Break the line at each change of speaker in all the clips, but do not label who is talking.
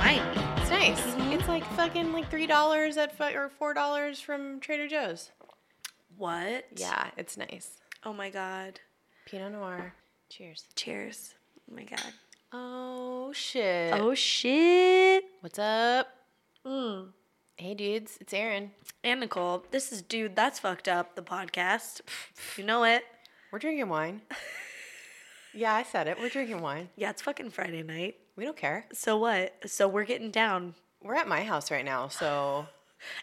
It's nice. It's like fucking like three dollars at fu- or four dollars from Trader Joe's.
What?
Yeah, it's nice.
Oh my god.
Pinot Noir. Cheers.
Cheers. Oh my god.
Oh shit.
Oh shit.
What's up?
Mm.
Hey dudes, it's Aaron.
And Nicole, this is dude. That's fucked up. The podcast. You know it.
We're drinking wine. yeah, I said it. We're drinking wine.
Yeah, it's fucking Friday night.
We don't care.
So what? So we're getting down.
We're at my house right now, so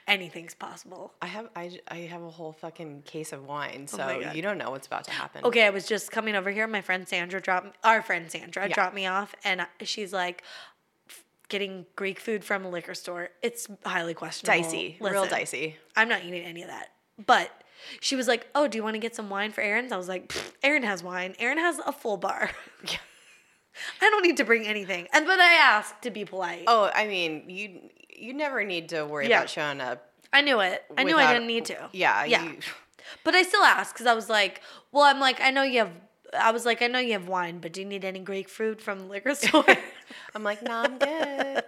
Anything's possible.
I have I, j- I have a whole fucking case of wine, so
my God.
you don't know what's about to happen.
Okay, I was just coming over here. My friend Sandra dropped our friend Sandra
Yeah.
dropped me off, and I- she's like f- getting Greek food from a liquor store. It's highly questionable.
Dicey, real
Listen,
dicey.
I'm not eating any of that. But she was like, "Oh, do you want to get some wine for Aaron's?" I was like, "Pfft, "Aaron has wine. Aaron has a full bar.
Yeah.
I don't need to bring anything." And but I asked to be polite.
Oh, I mean, you you never need to worry
Yeah.
about showing up.
I knew it. I knew I
without-
didn't need to.
Yeah,
Yeah.
you-
But I still asked because I was like, well, I'm like, I know you have, I was like, I know you have wine, but do you need any Greek fruit from the liquor store?
I'm like, nah, I'm good.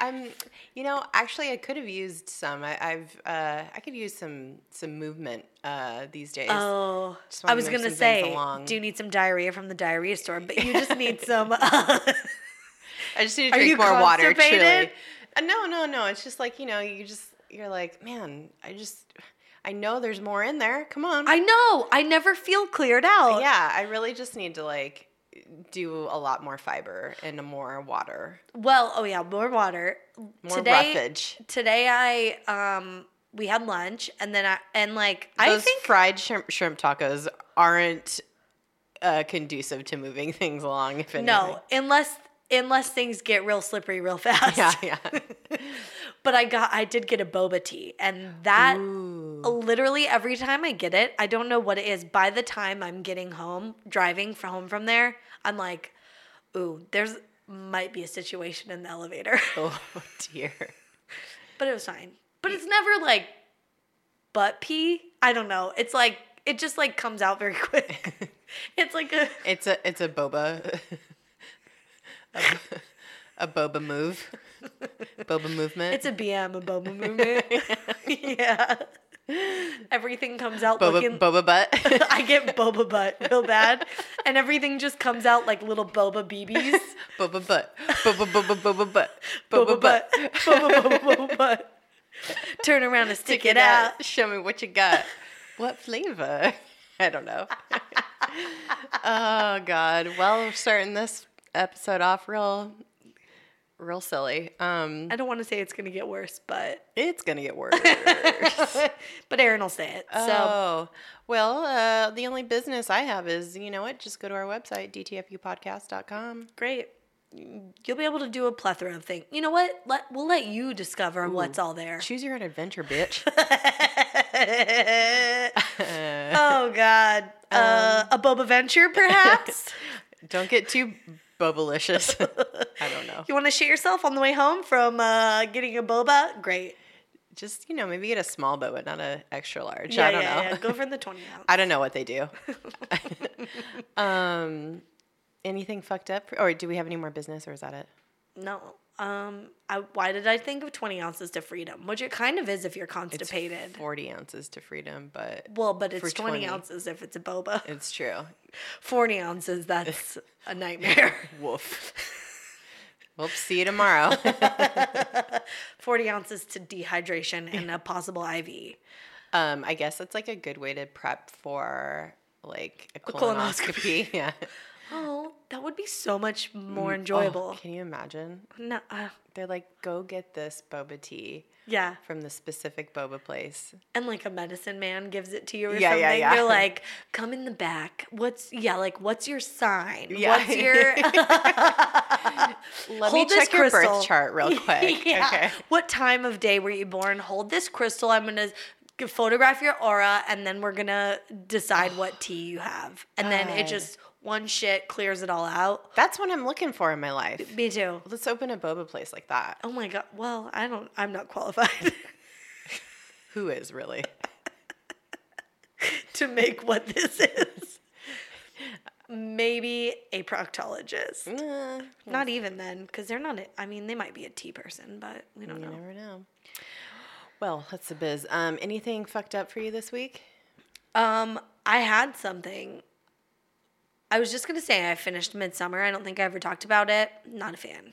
I'm, I'm- you know, actually, I could have used some. I, I've, uh, I could use some some movement uh, these days.
oh,
Just wanna
I was
move
going to
some things
say,
along.
do you need some diarrhea from the diarrhea store? But you just need some. Uh,
I just need to
Are
drink
you
more water. Truly,
constipated?
Uh, no, no, no. It's just like you know, you just you're like, man, I just, I know there's more in there. Come on.
I know. I never feel cleared out.
yeah, I really just need to like do a lot more fiber and more water,
Well, oh yeah, more water.
more
today,
roughage.
today I um we had lunch and then I and like I
Those
think
fried shrimp, shrimp tacos aren't uh, conducive to moving things along. If anything.
no unless unless things get real slippery real fast.
Yeah, yeah.
But I got I did get a boba tea and that literally every time I get it, I don't know what it is. By the time I'm getting home, driving from home from there, I'm like, ooh, there's might be a situation in the elevator.
oh dear.
but it was fine. But it's never like butt pee. I don't know. It's like it just like comes out very quick. it's like a
It's a it's a boba a, bo- a boba move. Boba movement.
it's a BM, a boba movement. yeah. Everything comes out
boba
looking
boba butt.
I get boba butt real bad, and everything just comes out like little boba BBs.
boba butt. Boba boba boba butt.
Boba butt, boba boba boba butt. Turn around and stick it out.
Show me what you got. What flavor? I don't know. oh God. Well, we're starting this episode off real, real silly. Um,
I don't want to say it's gonna get worse, but
it's gonna get worse.
but Aaron will say it. So
oh well. Uh, the only business I have is you know what? Just go to our website dtfupodcast.com.
great, you'll be able to do a plethora of things. You know what? Let we'll let you discover what's all there.
Choose your own adventure, bitch.
oh God,
Um,
uh, a boba venture perhaps.
don't get too bobalicious. I don't know.
you want to shit yourself on the way home from uh, getting a boba? Great.
Just you know, maybe get a small boba, not an extra large.
Yeah,
I don't
yeah,
know.
yeah. Go for the 20 ounce.
I don't know what they do. um, anything fucked up, or do we have any more business, or is that it?
no. Um, I, why did I think of 20 ounces to freedom? Which it kind of is if you're constipated.
Forty ounces to freedom, but
well, but it's
for
20,
20.
ounces if it's a boba.
it's true.
40 ounces, that's a nightmare.
Woof. Whoops. See you tomorrow.
40 ounces to dehydration and a possible IV.
um, I guess that's like a good way to prep for like a colonoscopy.
colonoscopy.
yeah.
Oh, that would be so much more enjoyable.
Oh, can you imagine?
No, uh,
They're like, go get this boba tea
yeah.
from the specific boba place.
And like a medicine man gives it to you or
Yeah,
something.
yeah, yeah.
You're like, come in the back. What's, yeah, like, what's your sign?
Yeah.
What's your. Hold
Let me
this
check your
crystal.
birth chart real quick.
yeah.
Okay.
What time of day were you born? Hold this crystal. I'm gonna g- photograph your aura, and then we're gonna decide what tea you have. And then it
God.
just one shit clears it all out.
That's what I'm looking for in my life.
Me too.
Let's open a boba place like that.
Oh my god. Well, I don't. I'm not qualified
Who is really?
to make what this is. maybe a proctologist.
Uh,
Not even then, because they're not. A, I mean, they might be a tea person, but we don't
you
know.
never know. Well, that's the biz. Um, anything fucked up for you this week?
Um, I had something. I was just gonna say I finished Midsummer. I don't think I ever talked about it. Not a fan.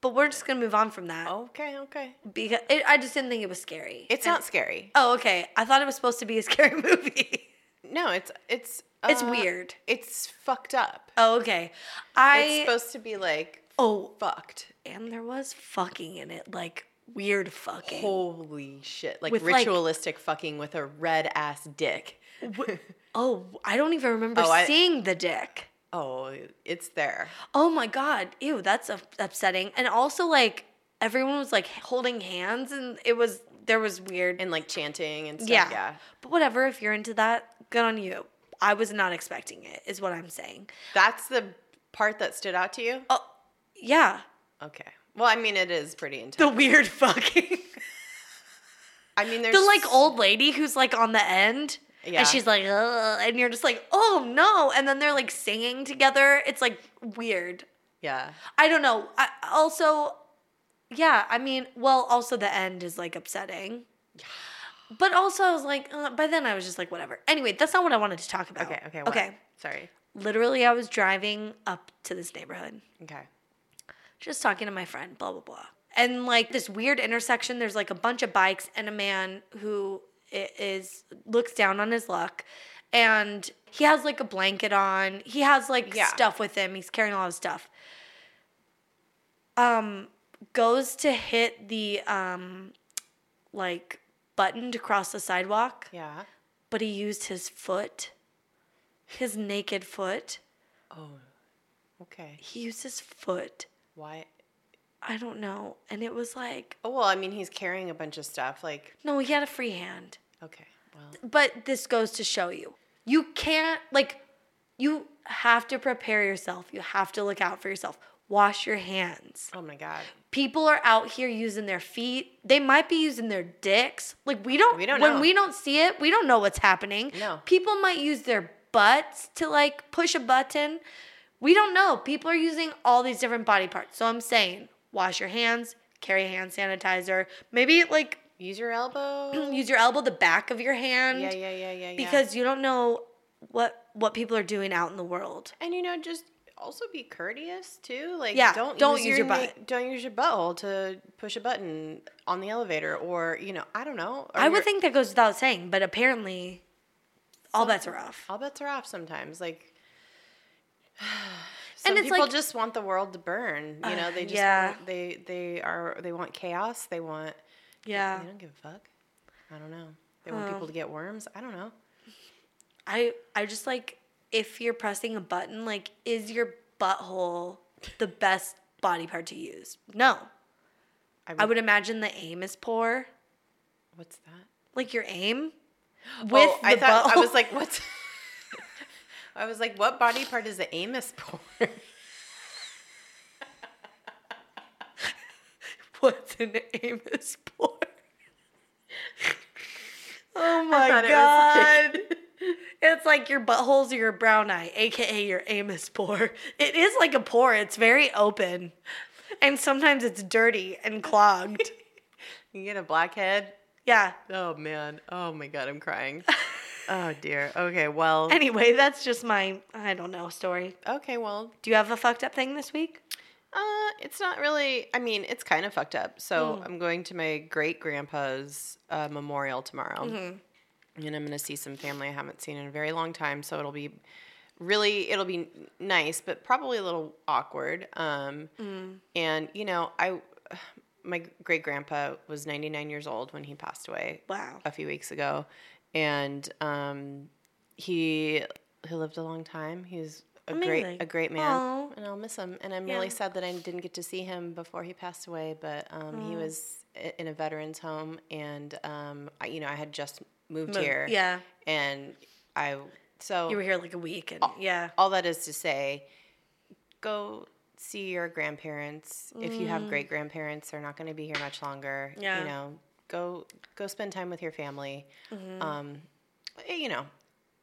But we're just gonna move on from that
Okay, okay.
because it, I just didn't think it was scary.
Oh. It's
And-
not scary.
Oh, okay. I thought it was supposed to be a scary movie.
No, it's it's
It's
uh,
weird.
It's fucked up.
Oh, okay. I
It's supposed to be like
oh,
fucked.
and there was fucking in it, like weird fucking.
Holy shit! Like
With, like-
ritualistic fucking with a red ass dick.
Oh, I don't even remember
Oh, I-
seeing the dick.
Oh, it's there.
Oh my god, ew, that's up- upsetting. And also, like everyone was like holding hands, and it was there was weird.
And like chanting and stuff.
yeah.
Yeah.
but whatever. If you're into that, good on you. I was not expecting it, is what I'm saying.
That's the part that stood out to you?
Oh, yeah,
Okay. Well, I mean, it is pretty intense.
the weird fucking.
I mean, there's
the like old lady who's like on the end
Yeah.
and she's like Ugh, and you're just like oh no and then they're like singing together it's like weird
Yeah.
i don't know I, also yeah i mean well also the end is like upsetting but also i was like uh, by then i was just like whatever anyway that's not what i wanted to talk about
Okay. Okay. what?
okay
Sorry.
literally i was driving up to this neighborhood
Okay.
just talking to my friend, blah, blah, blah. And like this weird intersection, there's like a bunch of bikes and a man who i- is looks down on his luck. And he has like a blanket on. He has like
Yeah.
stuff with him. He's carrying a lot of stuff. Um, goes to hit the um, like button to cross the sidewalk,
Yeah.
but he used his foot, his naked foot.
Oh. Okay.
He used his foot.
Why?
I don't know. And it was like,
Oh, well, I mean, he's carrying a bunch of stuff. Like,
No, he had a free hand.
okay. Well,
But this goes to show you you can't, like, you have to prepare yourself. You have to look out for yourself. Wash your hands.
oh my God.
People are out here using their feet. They might be using their dicks. Like, we don't,
We don't
when
know.
we don't see it, we don't know what's happening.
No.
People might use their butts to, like, push a button. We don't know. People are using all these different body parts. So I'm saying, wash your hands, carry hand sanitizer, maybe, like,
Use your elbow.
use your elbow, the back of your hand,
yeah, yeah, yeah, yeah, yeah.
because you don't know what what people are doing out in the world.
and you know, just also be courteous too. Like,
Yeah,
don't
don't use your
na-
butt.
Don't use your butthole to push a button on the elevator, or you know, I don't know. or
I
your-
would think that goes without saying, but apparently, all bets are off.
all bets are off sometimes. Like, some
And it's
people
like-
just want the world to burn. You know,
Ugh,
they just
yeah.
want, they they are they want chaos. They want
Yeah,
they don't give a fuck. I don't know. They want
Oh.
people to get worms. I don't know.
I I just like if you're pressing a button, like is your butthole the best body part to use? No,
I
I would imagine the aim is poor.
What's that?
Like your aim with
oh, I
the
thought I
butthole-
was like, what's? I was like, what body part is the Amos for?
What's an Amos pour? oh my
thought it was
god. it's like your buttholes or your brown eye, aka your Amos pour. It is like a pour, it's very open. And sometimes it's dirty and clogged.
You get a blackhead.
yeah.
Oh man. Oh my god, I'm crying. oh dear. Okay. Well.
Anyway, that's just my I don't know story.
Okay. Well.
Do you have a fucked up thing this week?
Uh, it's not really. I mean, it's kind of fucked up. So I'm going to my great grandpa's uh, memorial tomorrow, and I'm going to see some family I haven't seen in a very long time. So it'll be really, it'll be n- nice, but probably a little awkward. Um, and you know, I my great grandpa was 99 years old when he passed away
Wow.
a few weeks ago, and um, he he lived a long time. He was a
Amazing.
great a great man,
Aw.
and I'll miss him. And I'm
Yeah.
really sad that I didn't get to see him before he passed away. But um,
Mm-hmm.
he was i- in a veterans home, and um, I, you know, I had just moved
Mo-
here,
Yeah.
and I so
You were here like a week and
Oh.
yeah.
all that is to say, go see your grandparents. If you have great grandparents, they're not going to be here much longer.
Mm. Yeah.
You know, go
Mm-hmm.
go spend time with your family. Um, eh, you know,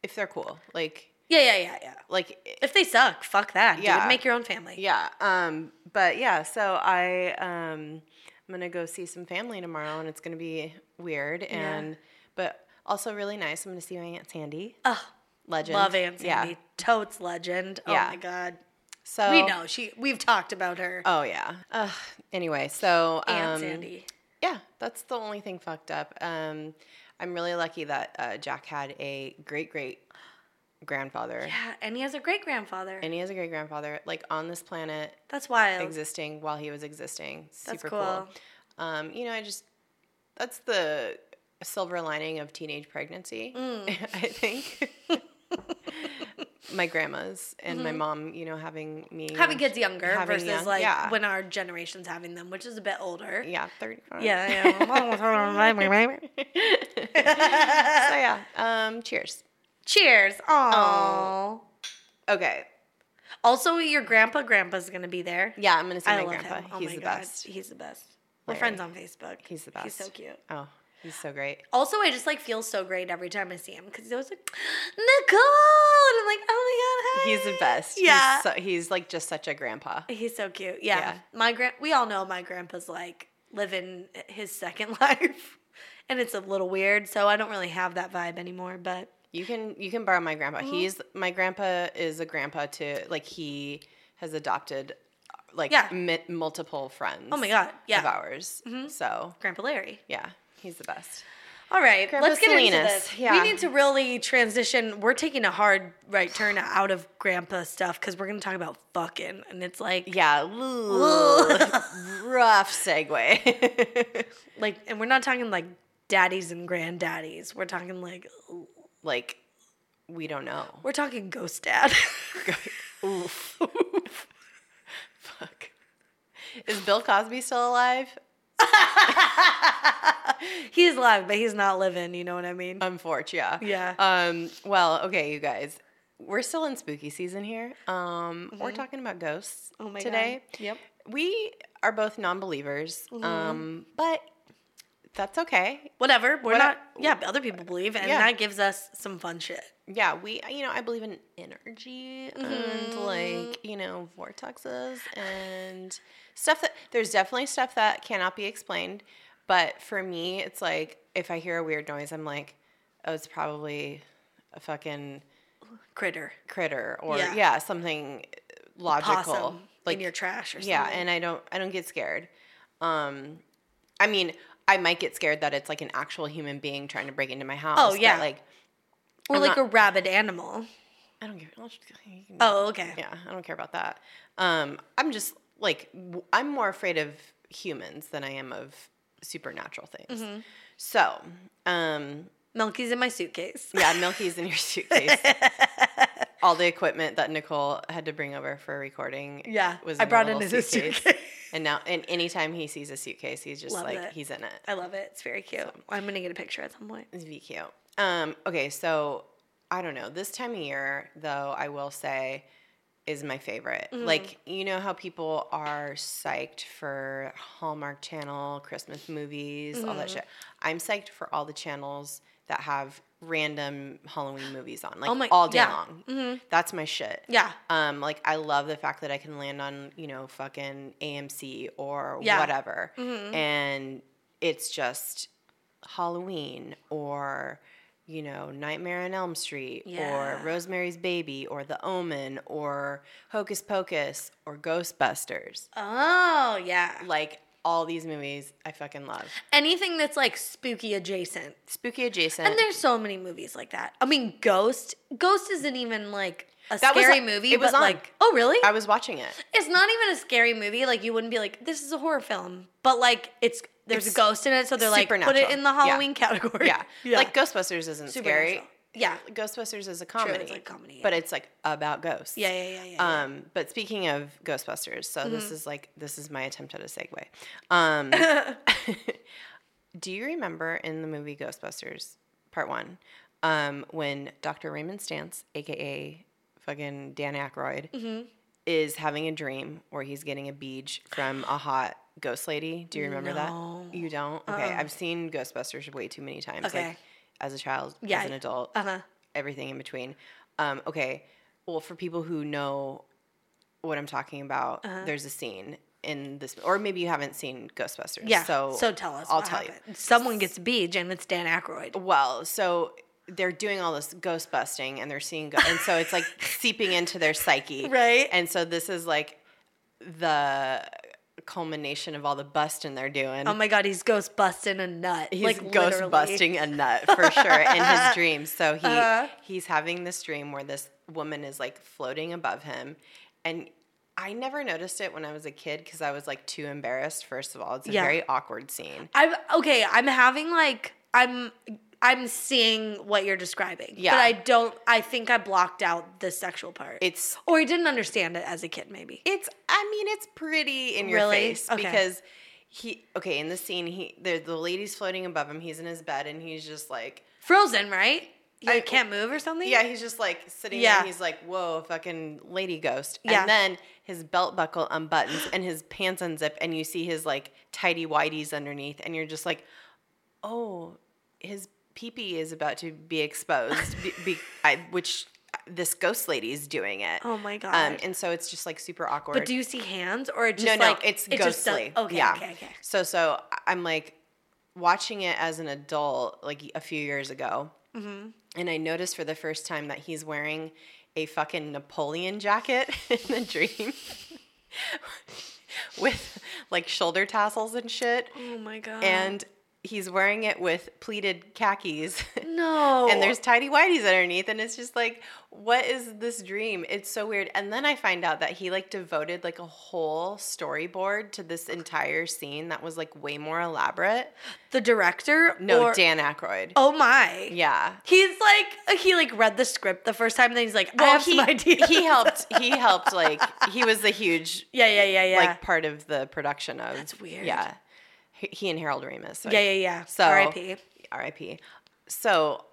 if they're cool, like
Yeah, yeah, yeah, yeah.
Like
If they suck, fuck that.
Yeah.
Dude. Make your own family.
Yeah. Um, but yeah, so I um I'm gonna go see some family tomorrow and it's gonna be weird and but also really nice. I'm gonna see my Aunt Sandy.
Oh,
Legend.
love Aunt
Yeah.
Sandy. Totes legend.
Yeah.
Oh my god.
So
we know she. We've talked about her.
Oh yeah. Uh, anyway, so um,
Aunt Sandy.
yeah, that's the only thing fucked up. Um, I'm really lucky that uh, Jack had a great great grandfather,
Yeah, and he has a great grandfather.
and he has a great grandfather like on this planet,
That's wild.
existing while he was existing.
That's
Super cool.
cool.
Um, you know, I just that's the silver lining of teenage pregnancy,
Mm.
I think. my grandma's and my mom, you know, having me
Mm-hmm. Having kids younger
having
versus
young-
like
yeah.
when our generation's having them, which is a bit older.
yeah, 35.
yeah.
So yeah, um, cheers.
Cheers. Aww.
Okay.
Also, your grandpa, grandpa's gonna be there.
Yeah, I'm gonna see
I
my
love
grandpa.
him. Oh
he's
my
the
God.
best.
He's the best. We're
Larry.
friends on Facebook.
He's the
He's so
best.
cute.
Oh, he's so great.
Also, I just like feel so great every time I see him because he's always like Nicole, and I'm like, oh my god, hi.
He's the best.
Yeah,
He's, so, he's like just such a grandpa.
He's so cute. Yeah.
Yeah.
My grand we all know my grandpa's like living his second life. And it's a little weird, so I don't really have that vibe anymore, but
You can you can borrow my grandpa.
Mm-hmm.
He's my grandpa is a grandpa to like he has adopted like
Yeah.
mi- multiple friends.
oh my god,
of
yeah. Mm-hmm.
ours. So
Grandpa Larry.
yeah, he's the best.
All right,
Grandpa
let's get into
Salinas,
this.
yeah.
We need to really transition. We're taking a hard right turn out of grandpa stuff because we're gonna talk about fucking, and it's like,
Yeah, rough segue.
like, and we're not talking like daddies and granddaddies. We're talking like,
like we don't know.
we're talking ghost dad.
Oof. Fuck. Is Bill Cosby still alive?
he's alive, but he's not living. You know what I mean?
Unfortunately,
Yeah.
Um, well, okay, you guys. We're still in spooky season here. Um, We're talking about ghosts
Mm-hmm. Oh my God. Mm-hmm.
today.
Yep.
We are both non believers, um, but that's okay.
whatever. We're
What-
not. Yeah, but other people believe, and
Yeah.
that gives us some fun shit.
Yeah, we, you know, I believe in energy
Mm-hmm.
and like, you know, vortexes and stuff that there's definitely stuff that cannot be explained. But for me, it's like if I hear a weird noise, I'm like, oh, it's probably a fucking
Critter,
critter or yeah,
Yeah.
something logical.
possum
like
in your trash, or something.
yeah, and I don't I don't get scared. Um, I mean, I might get scared that it's like an actual human being trying to break into my house. but,
Oh, yeah.
like
or
I'm
like a
not-
rabid animal.
I don't care. I'll just-
Oh, okay.
yeah, I don't care about that. Um, I'm just like w- I'm more afraid of humans than I am of supernatural things.
Mm-hmm.
So, um,
Milky's in my suitcase.
yeah, Milky's in your suitcase. All the equipment that Nicole had to bring over for recording.
Yeah,
was
I
in
brought
a
it
little
in his suitcase.
And now, and anytime he sees a suitcase, he's just
Love
like
it.
he's in it.
I love it. It's very cute. I'm gonna get a picture at some point.
It's be cute. Um, okay, so I don't know. This time of year, though, I will say is my favorite.
Mm-hmm.
Like, you know how people are psyched for Hallmark Channel, Christmas movies, all
Mm-hmm.
that shit. I'm psyched for all the channels that have random Halloween movies on, like
Oh my-
all day
yeah. Mm-hmm.
long. That's my shit.
Yeah.
Um, like I love the fact that I can land on, you know, fucking AMC or
Yeah. Mm-hmm.
whatever. And it's just Halloween or you know, Nightmare on Elm Street
Yeah.
or Rosemary's Baby or The Omen or Hocus Pocus or Ghostbusters.
Oh yeah.
Like all these movies I fucking love.
Anything that's like spooky adjacent.
Spooky adjacent.
And there's so many movies like that. I mean, Ghost. Ghost isn't even like a
That was
scary
on-
movie.
it was
but
on.
like, oh really?
I was watching it.
It's not even a scary movie. Like you wouldn't be like, this is a horror film, but like it's there's
It's
a ghost in it, so they're like, put it
supernatural.
in the
Yeah.
Halloween category.
Yeah. Like Ghostbusters isn't scary.
Supernatural. Yeah.
Ghostbusters is a comedy.
like comedy,
But
yeah.
it's like about ghosts.
Yeah, yeah, yeah, yeah, yeah. Mm-hmm.
Um, but speaking of Ghostbusters, so this is like this is my attempt at a segue. Um, do you remember in the movie Ghostbusters Part One um, when Dr. Raymond Stantz, aka fucking Dan Aykroyd,
Mm-hmm.
is having a dream where he's getting a beach from a hot ghost lady? Do you remember
No. Uh-uh.
that? You don't? Okay, I've seen Ghostbusters way too many times.
Okay.
Like, as a child,
Yeah,
as an adult,
Uh huh.
everything in between. Um, okay, well, for people who know what I'm talking about,
Uh-huh.
there's a scene in this, or maybe you haven't seen Ghostbusters.
Yeah.
So,
So, tell us.
I'll
what
tell
happened. Someone gets a beach, and it's Dan Aykroyd.
you. Well, so they're doing all this ghost busting and they're seeing, go- and so it's like seeping into their psyche.
Right.
And so this is like the culmination of all the busting they're doing.
Oh my God, he's ghost busting a nut.
he's
like
ghost
literally. Uh-huh.
busting a nut for sure in his dreams. So he he's having this dream where this woman is like floating above him, and I never noticed it when I was a kid because I was like too embarrassed. First of all, it's a
Yeah.
very awkward scene.
I'm okay. I'm having like I'm I'm seeing what you're describing.
Yeah.
But I don't. I think I blocked out the sexual part.
It's
or I didn't understand it as a kid. Maybe.
it's I mean it's pretty in your
Really?
face
Okay.
because he okay in the scene he the the lady's floating above him. He's in his bed and he's just like.
Frozen, right? You
I-
can't move or something.
Yeah, he's just like sitting there
Yeah.
and he's like, whoa, fucking lady ghost.
Yeah.
And then his belt buckle unbuttons and his pants unzip and you see his like tidy whities underneath and you're just like, oh, his peepee is about to be exposed, be, be, I, which this ghost lady is doing it.
Oh my god.
Um, and so it's just like super awkward.
but do you see hands or it
no,
just
no,
like
it's
it just does-
ghostly.
okay,
yeah.
okay, okay.
So, so I'm like watching it as an adult, like a few years ago,
Mm-hmm.
and I noticed for the first time that he's wearing a fucking Napoleon jacket in the dream. with like shoulder tassels and shit
Oh my god.
and he's wearing it with pleated khakis
no.
and there's tidy whities underneath and it's just like what is this dream it's so weird and then i find out that he like devoted like a whole storyboard to this entire scene that was like way more elaborate
the director.
no
or-
dan Aykroyd.
Oh my.
yeah
He's like he like read the script the first time, then he's like, I have
he,
some ideas.
he helped he helped like he was the huge
Yeah, yeah, yeah, yeah.
like part of the production of
That's weird.
yeah he, he and harold ramis so
yeah, yeah, yeah.
So
R.I.P.
R.I.P. So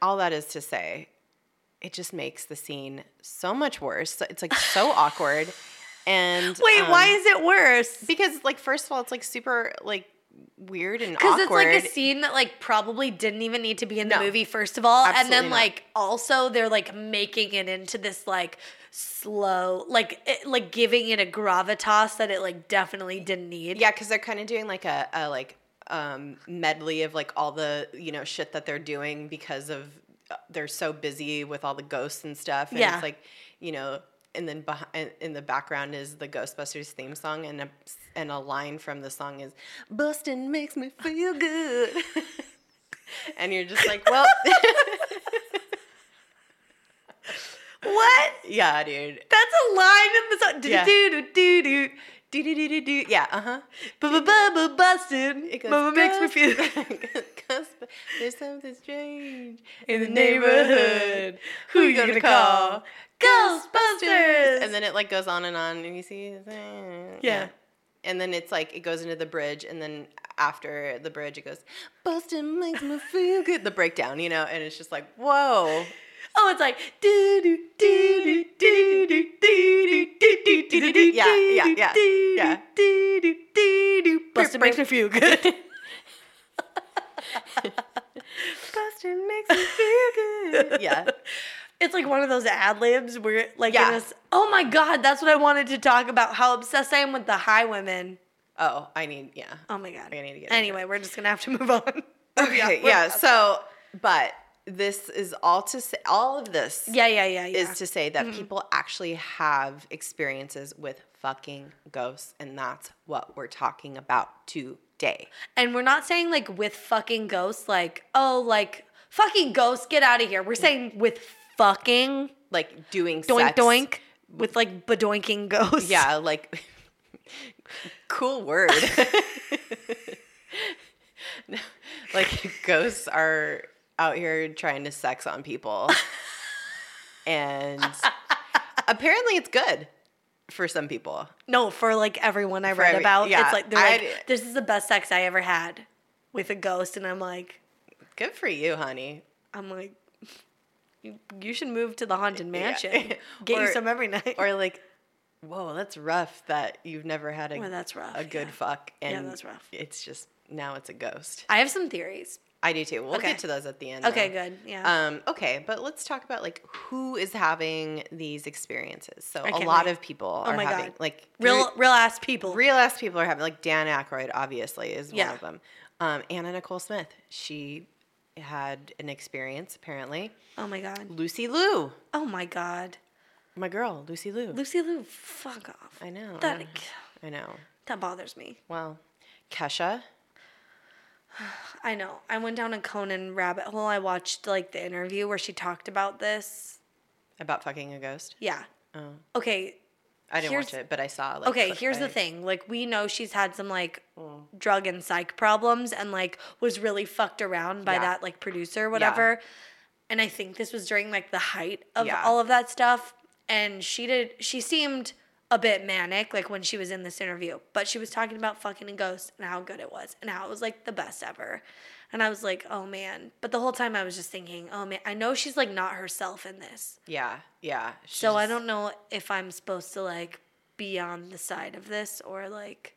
all that is to say, it just makes the scene so much worse. So It's like so awkward. And
Wait,
um,
why is it worse?
because like first of all, it's like super like weird and
Because
awkward.
it's like a scene that like probably didn't even need to be in the
No.
movie, first of all. And
Absolutely
then
not.
like also they're like making it into this like slow like it, like giving it a gravitas that it like definitely didn't need.
yeah, because they're kind of doing like a, a like um, medley of like all the you know shit that they're doing because of uh, they're so busy with all the ghosts and stuff. And
Yeah.
it's like you know. And then behind, in the background is the Ghostbusters theme song, and a, and a line from the song is "Bustin' makes me feel good," and you're just like, "Well,
What?
yeah, dude,
That's a line in the song.
Yeah.
Do do do do.
do do do do do, yeah, uh huh."
Ba ba ba ba bustin'.
It goes,
Mama makes me feel
Cause there's something strange
in the neighborhood. Who you gonna call? Ghostbusters.
And then it like goes on and on, and you see.
Yeah.
And then it's like it goes into the bridge, and then after the bridge, it goes, "Bustin' makes me feel good." The breakdown, you know, and it's just like, whoa.
Oh, it's like do do do do do do do do do do do do
Yeah, yeah, yeah, yeah.
do do do do. Buster
Brr,
makes me feel good.
Bustin' makes me feel good. Yeah.
It's like one of those ad libs where, like,
Yeah.
in this, oh my god, that's what I wanted to talk about. How obsessed I am with the high women.
Oh, I need. Yeah.
Oh my god.
I need to get into
Anyway, we're just gonna have to move on.
Okay.
Oh, we're
Yeah.
past
So, but this is all to say. All of this.
Yeah, Mm-hmm. yeah, yeah, yeah.
is to say that people actually have experiences with fucking ghosts, and that's what we're talking about today.
And we're not saying like with fucking ghosts, like, oh, like fucking ghosts, get out of here. We're saying with fucking
Like doing
doink
sex.
doink with like bedoinking ghosts.
Yeah, like cool word. No, like ghosts are out here trying to sex on people, and apparently it's good for some people.
No, for like everyone I read
every-
about,
yeah,
it's like they're
I-
like, this is the best sex I ever had with a ghost, and I'm like,
Good for you, honey.
I'm like, you, you should move to the haunted mansion, get
Or-
you some every night.
or like, whoa, that's rough that you've never had a,
Well, that's rough,
a good
yeah.
fuck.
Yeah,
And
that's rough.
It's just now it's a ghost.
I have some theories.
I do too. We'll
Okay.
get to those at the end.
Okay,
though.
good. Yeah.
Um, okay, but let's talk about like who is having these experiences. So a
can't
lot
wait. Oh
of people are
my
having
God.
like
real real ass people.
real ass people are having like Dan Aykroyd obviously is
Yeah.
one of them. Um, Anna Nicole Smith, she had an experience apparently.
oh my god.
Lucy Liu,
Oh my god.
my girl, Lucy Liu.
Lucy Lou, fuck off.
I know.
That
I know.
that bothers me.
Well, Kesha.
I know. I went down a Conan rabbit hole. I watched like the interview where she talked about this.
About fucking a ghost.
Yeah.
Oh,
Okay.
I didn't watch
Here's-
it, but I saw. Like,
Okay,
clip-
here's the
I- Mm.
thing. Like we know she's had some like drug and psych problems and like was really fucked around by
Yeah.
that like producer or whatever. And I think this was during like the height of
Yeah.
all of that stuff and she did she seemed a bit manic like when she was in this interview, but she was talking about fucking a ghost and how good it was and how it was like the best ever. And I was like, "Oh man." But the whole time I was just thinking, "Oh man, I know she's like not herself in this."
Yeah, yeah.
So I
she's-
don't know if I'm supposed to like be on the side of this or like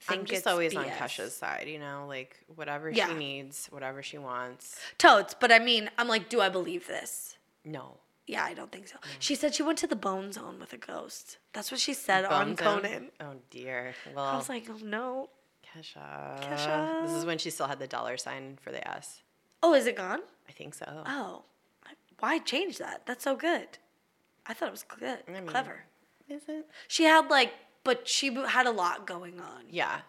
think
I'm just
it's
always on
BS.
Kesha's side, you know, like whatever
Yeah.
she needs, whatever she wants.
Totes, but I mean, I'm like, do I believe this?
No.
Yeah, I don't think
Mm.
so. She said she went to the bone zone with a ghost. That's what she said on
Bone zone?
Conan.
Oh dear. Well,
I was like, oh no.
Kesha.
Kesha.
This is when she still had the dollar sign for the S.
Oh, is it gone?
I think so.
Oh, I- why change that? That's so good. I thought it was good,
mean-
clever.
Is it?
She had like, but she w- had a lot going on.
Yeah.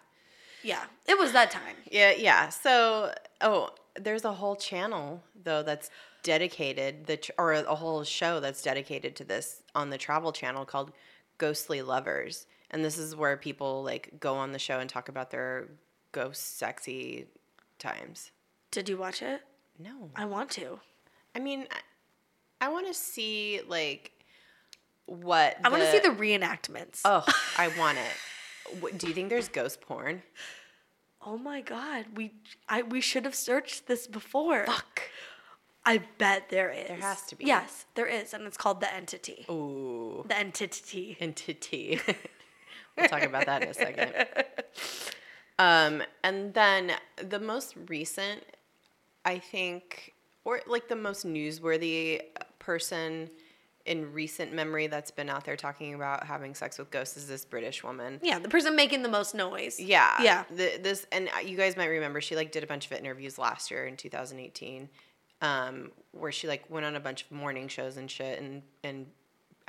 Yeah, it was that time.
Yeah, yeah. So, oh, there's a whole channel though that's dedicated the tr- or a whole show that's dedicated to this on the Travel Channel called Ghostly Lovers, and this is where people like go on the show and talk about their ghost sexy times.
Did you watch it?
No,
I want to.
I mean, I, I want to see like what
I want to see the reenactments.
Oh, I want it. What, do you think there's ghost porn?
Oh my god, we I we should have searched this before. Fuck. I bet there is. There
has to be.
Yes, there is, and it's called the entity.
Ooh.
The entity.
entity. we'll talk about that in a second. Um, and then the most recent, I think, or like the most newsworthy person in recent memory that's been out there talking about having sex with ghosts is this British woman.
Yeah, the person making the most noise.
Yeah.
Yeah.
Th this and uh, you guys might remember she like did a bunch of interviews last year in 2018, um, where she like went on a bunch of morning shows and shit, and and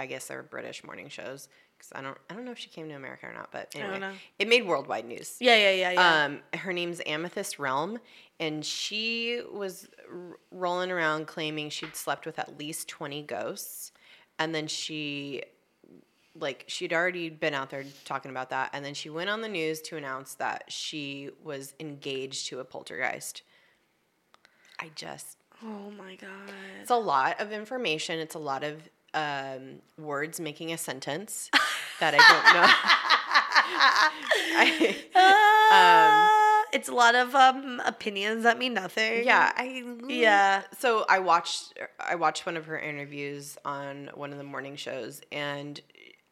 I guess they were British morning shows because I don't I don't know if she came to America or not, but
don't
anyway,
know.
it made worldwide news.
Yeah, yeah, yeah, yeah.
Um, her name's Amethyst Realm, and she was r- rolling around claiming she'd slept with at least 20 ghosts. And then she, like, she'd already been out there talking about that. And then she went on the news to announce that she was engaged to a poltergeist. I just,
oh my god.
it's a lot of information. It's a lot of um, words making a sentence that I don't know. I-
Ah, it's a lot of um opinions that mean nothing.
Yeah, I
Mm-hmm. Yeah.
So I watched I watched one of her interviews on one of the morning shows and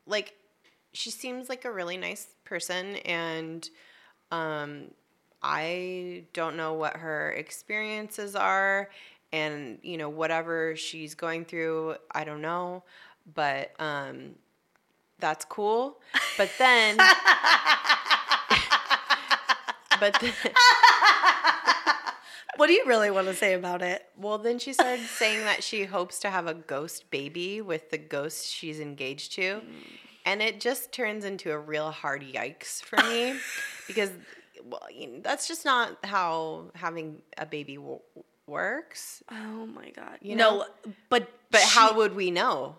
like she seems like a really nice person and um I don't know what her experiences are and you know whatever she's going through, I don't know, but um that's cool. But then But then
What do you really want to say about it?
Well, then she started saying that she hopes to have a ghost baby with the ghost she's engaged to. And it just turns into a real hard yikes for me because well, you know, that's just not how having a baby w- works.
Oh my god.
You
no, but
But
she-
how would we know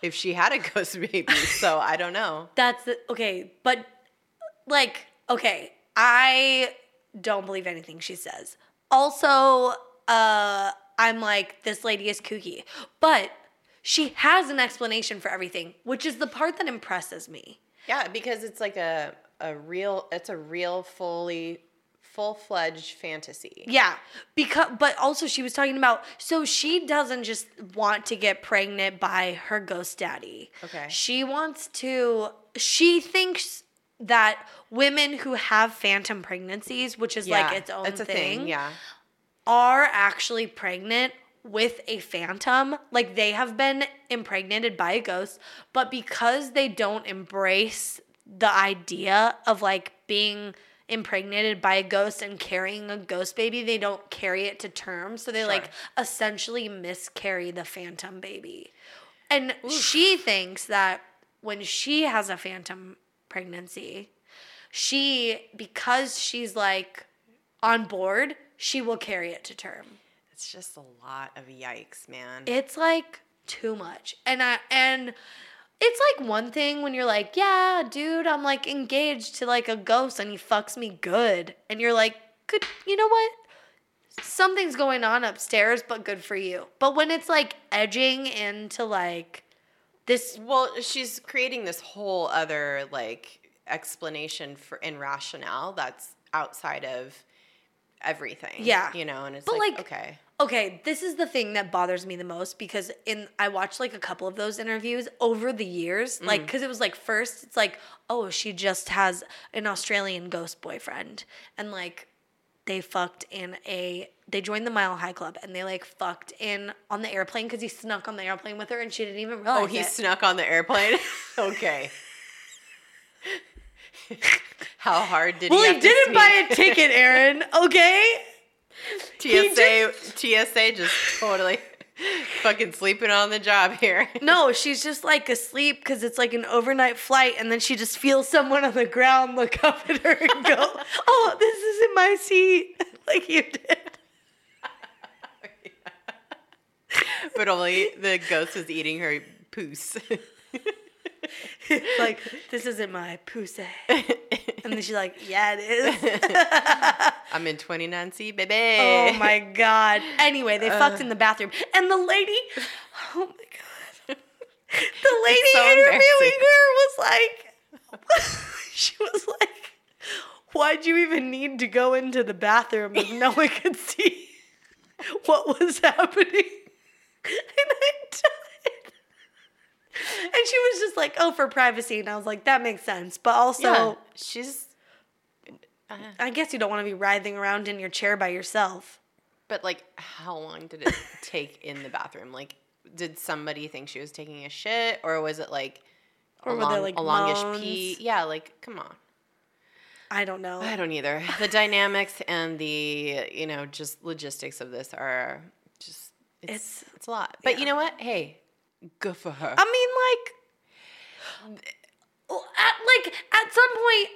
if she had a ghost baby? So I don't know.
That's the, okay, but like okay, I don't believe anything she says. Also, uh I'm like this lady is kooky. But she has an explanation for everything, which is the part that impresses me.
Yeah, because it's like a a real it's a real fully full-fledged fantasy.
Yeah. Because but also she was talking about so she doesn't just want to get pregnant by her ghost daddy.
Okay.
She wants to she thinks that women who have phantom pregnancies, which is like its own
it's a
thing,
Yeah.
are actually pregnant with a phantom. Like they have been impregnated by a ghost, but because they don't embrace the idea of like being impregnated by a ghost and carrying a ghost baby, they don't carry it to term. So they like essentially miscarry the phantom baby. And she thinks that when she has a phantom pregnancy, she, because she's like on board, she will carry it to term
It's just a lot of yikes, man.
it's like too much and i and it's like one thing when you're like yeah dude i'm like engaged to like a ghost and he fucks me good and you're like good you know what something's going on upstairs but good for you but when it's like edging into like this
well, she's creating this whole other like explanation for and rationale that's outside of everything.
Yeah.
You know, and it's
But,
like,
like,
okay.
Okay, this is the thing that bothers me the most because in I watched like a couple of those interviews over the years,
Mm.
like because it was like first it's like oh she just has an Australian ghost boyfriend and like they fucked in a they joined the Mile High Club and they like fucked in on the airplane because he snuck on the airplane with her and she didn't even realize
Oh, he
it.
snuck on the airplane. okay. How hard did
well
he?
he
have to
didn't buy a
sneak?
ticket, Aaron. Okay,
TSA TSA just totally fucking sleeping on the job here.
No, she's just like asleep because it's like an overnight flight, and then she just feels someone on the ground look up at her and go, "Oh, this isn't my seat," like you did.
But only the ghost is eating her poos.
Like this isn't my pussy, and then she's like, "Yeah, it is."
I'm in 29C, baby.
Oh my god. Anyway, they fucked in the bathroom, and the lady. Oh my god. The lady
so
interviewing
embarrassing.
her was like, she was like, "Why'd you even need to go into the bathroom if no one could see what was happening?" And I died. And she was just like, "Oh, for privacy," and I was like, "That makes sense," but also.
Yeah, she's
I guess you don't want to be writhing around in your chair by yourself.
but like how long did it take in the bathroom? Like did somebody think she was taking a shit or was it like
Or
a,
were there,
long,
like,
a longish
moans?
pee? Yeah, like come on.
I don't know.
I don't either. The dynamics and the you know just logistics of this are just it's it's,
It's-
a lot. But you
yeah.
know what? Hey, good for her.
I mean, like, uh, at, like at some point,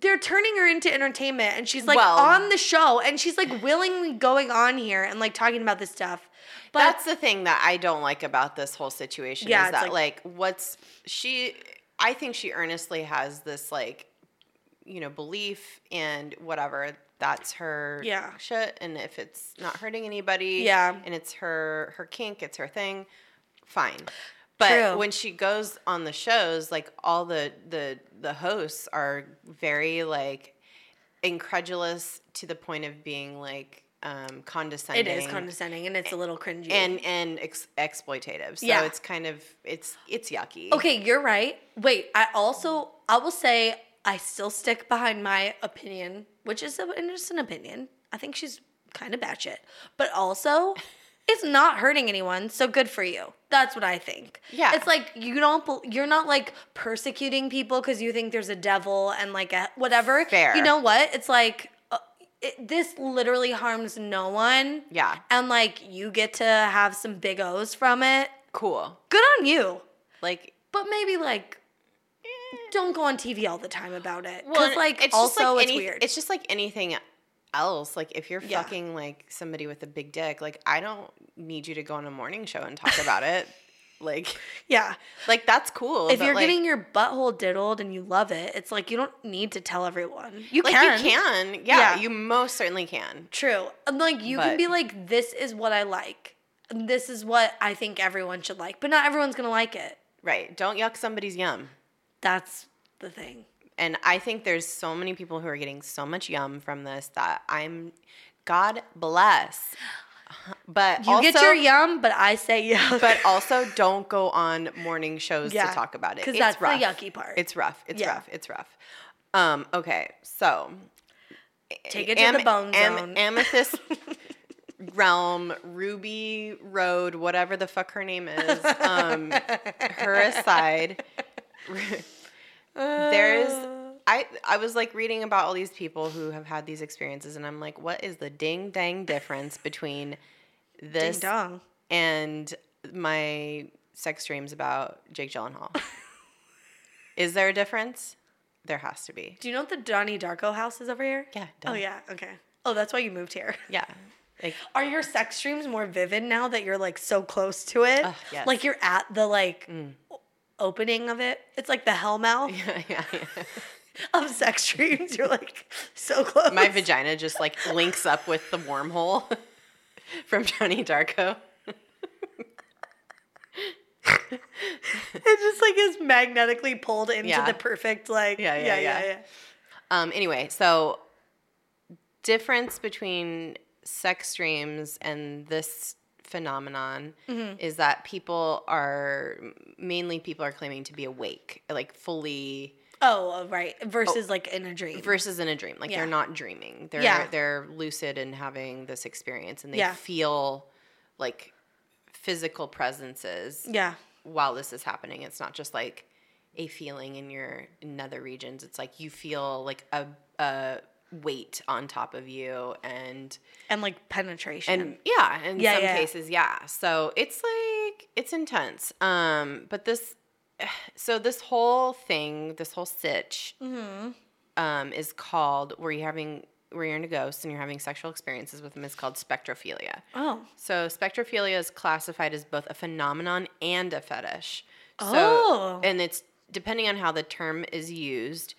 they're turning her into entertainment, and she's like
Well-
on the show, and she's like willingly going on here and like talking about this stuff. But
That's the thing that I don't like about this whole situation
Yeah,
is
it's
that like, what's she I think she earnestly has this like you know belief and whatever that's her
Yeah.
shit and if it's not hurting anybody
Yeah.
and it's her her kink it's her thing fine but
True.
when she goes on the shows like all the the the hosts are very like incredulous to the point of being like um
it
condescending
is condescending, and it's a little cringy.
and and ex- exploitative. So
Yeah.
it's kind of it's it's yucky.
okay, you're right. Wait, I also I will say I still stick behind my opinion, which is a- and just an opinion. I think she's kind of batshit, but also. It's not hurting anyone, so good for you. That's what I think.
Yeah.
it's like you don't, bel- you're not like persecuting people because you think there's a devil and like a whatever.
Fair.
You know what? It's like uh, it, this literally harms no one.
Yeah.
and like you get to have some big O's from it.
Cool.
Good on you
Like
but maybe like don't go on TV all the time about it. Because
well,
like
it's
also
just like
it's
any-
weird.
It's just like anything else. Like if you're
Yeah.
fucking like somebody with a big dick, like I don't need you to go on a morning show and talk about it. Like
yeah.
like that's cool.
If
but,
you're
like,
getting your butthole diddled and you love it, it's like you don't need to tell everyone. You
like
can.
you can, yeah,
Yeah.
you most certainly can.
True. And like you can
But-
be like, this is what I like. And This is what I think everyone should like. But not everyone's gonna like it.
Right? Don't yuck somebody's yum.
That's the thing.
And I think there's so many people who are getting so much yum from this that I'm, God bless. But
You
also,
get your yum, but I say yuck.
but also don't go on morning shows
Yeah,
to talk about it.
because
It's
that's
rough.
the yucky part.
It's rough. It's
Yeah.
rough. It's rough. Um, okay, so
Take it to the bone zone.
Amethyst realm, Ruby Road, whatever the fuck her name is, um, her aside, there is.
Uh.
I, I was like reading about all these people who have had these experiences, and I'm like, what is the ding dang difference between
Ding
this
dong.
and my sex dreams about Jake Gyllenhaal? is there a difference? There has to be.
Do you know what the Donnie Darko house is over here?
Yeah,
Oh
duh.
yeah. Okay. Oh, that's why you moved here.
Yeah. Like,
Are your sex dreams more vivid now that you're like so close to it?
Ugh, yes. Mm.
Like you're at the like o- opening of it. It's like the hell mouth
yeah, yeah, yeah.
of sex dreams. You're like so close.
My vagina just like links up with the wormhole from Johnny Darko.
it just like is magnetically pulled into
Yeah.
the perfect like
Yeah, yeah, yeah. Um, anyway, so difference between sex dreams and this phenomenon
Mm-hmm.
is that people are mainly people are claiming to be awake, like fully
Oh, oh, right. Versus like in a dream.
versus in a dream. Like
Yeah.
they're not dreaming. They're
Yeah.
they're lucid and having this experience and they
Yeah.
feel like physical presences
yeah.
while this is happening. It's not just like a feeling in your in other regions. It's like you feel like a, a weight on top of you, and
And like penetration.
and yeah, in
Yeah,
some
yeah.
cases, yeah. So it's like it's intense. Um, but this, so this whole thing, this whole sitch,
Mm-hmm.
um, is called where you having where you're into ghosts and you're having sexual experiences with them is called spectrophilia.
oh.
So spectrophilia is classified as both a phenomenon and a fetish. So,
Oh.
And it's depending on how the term is used.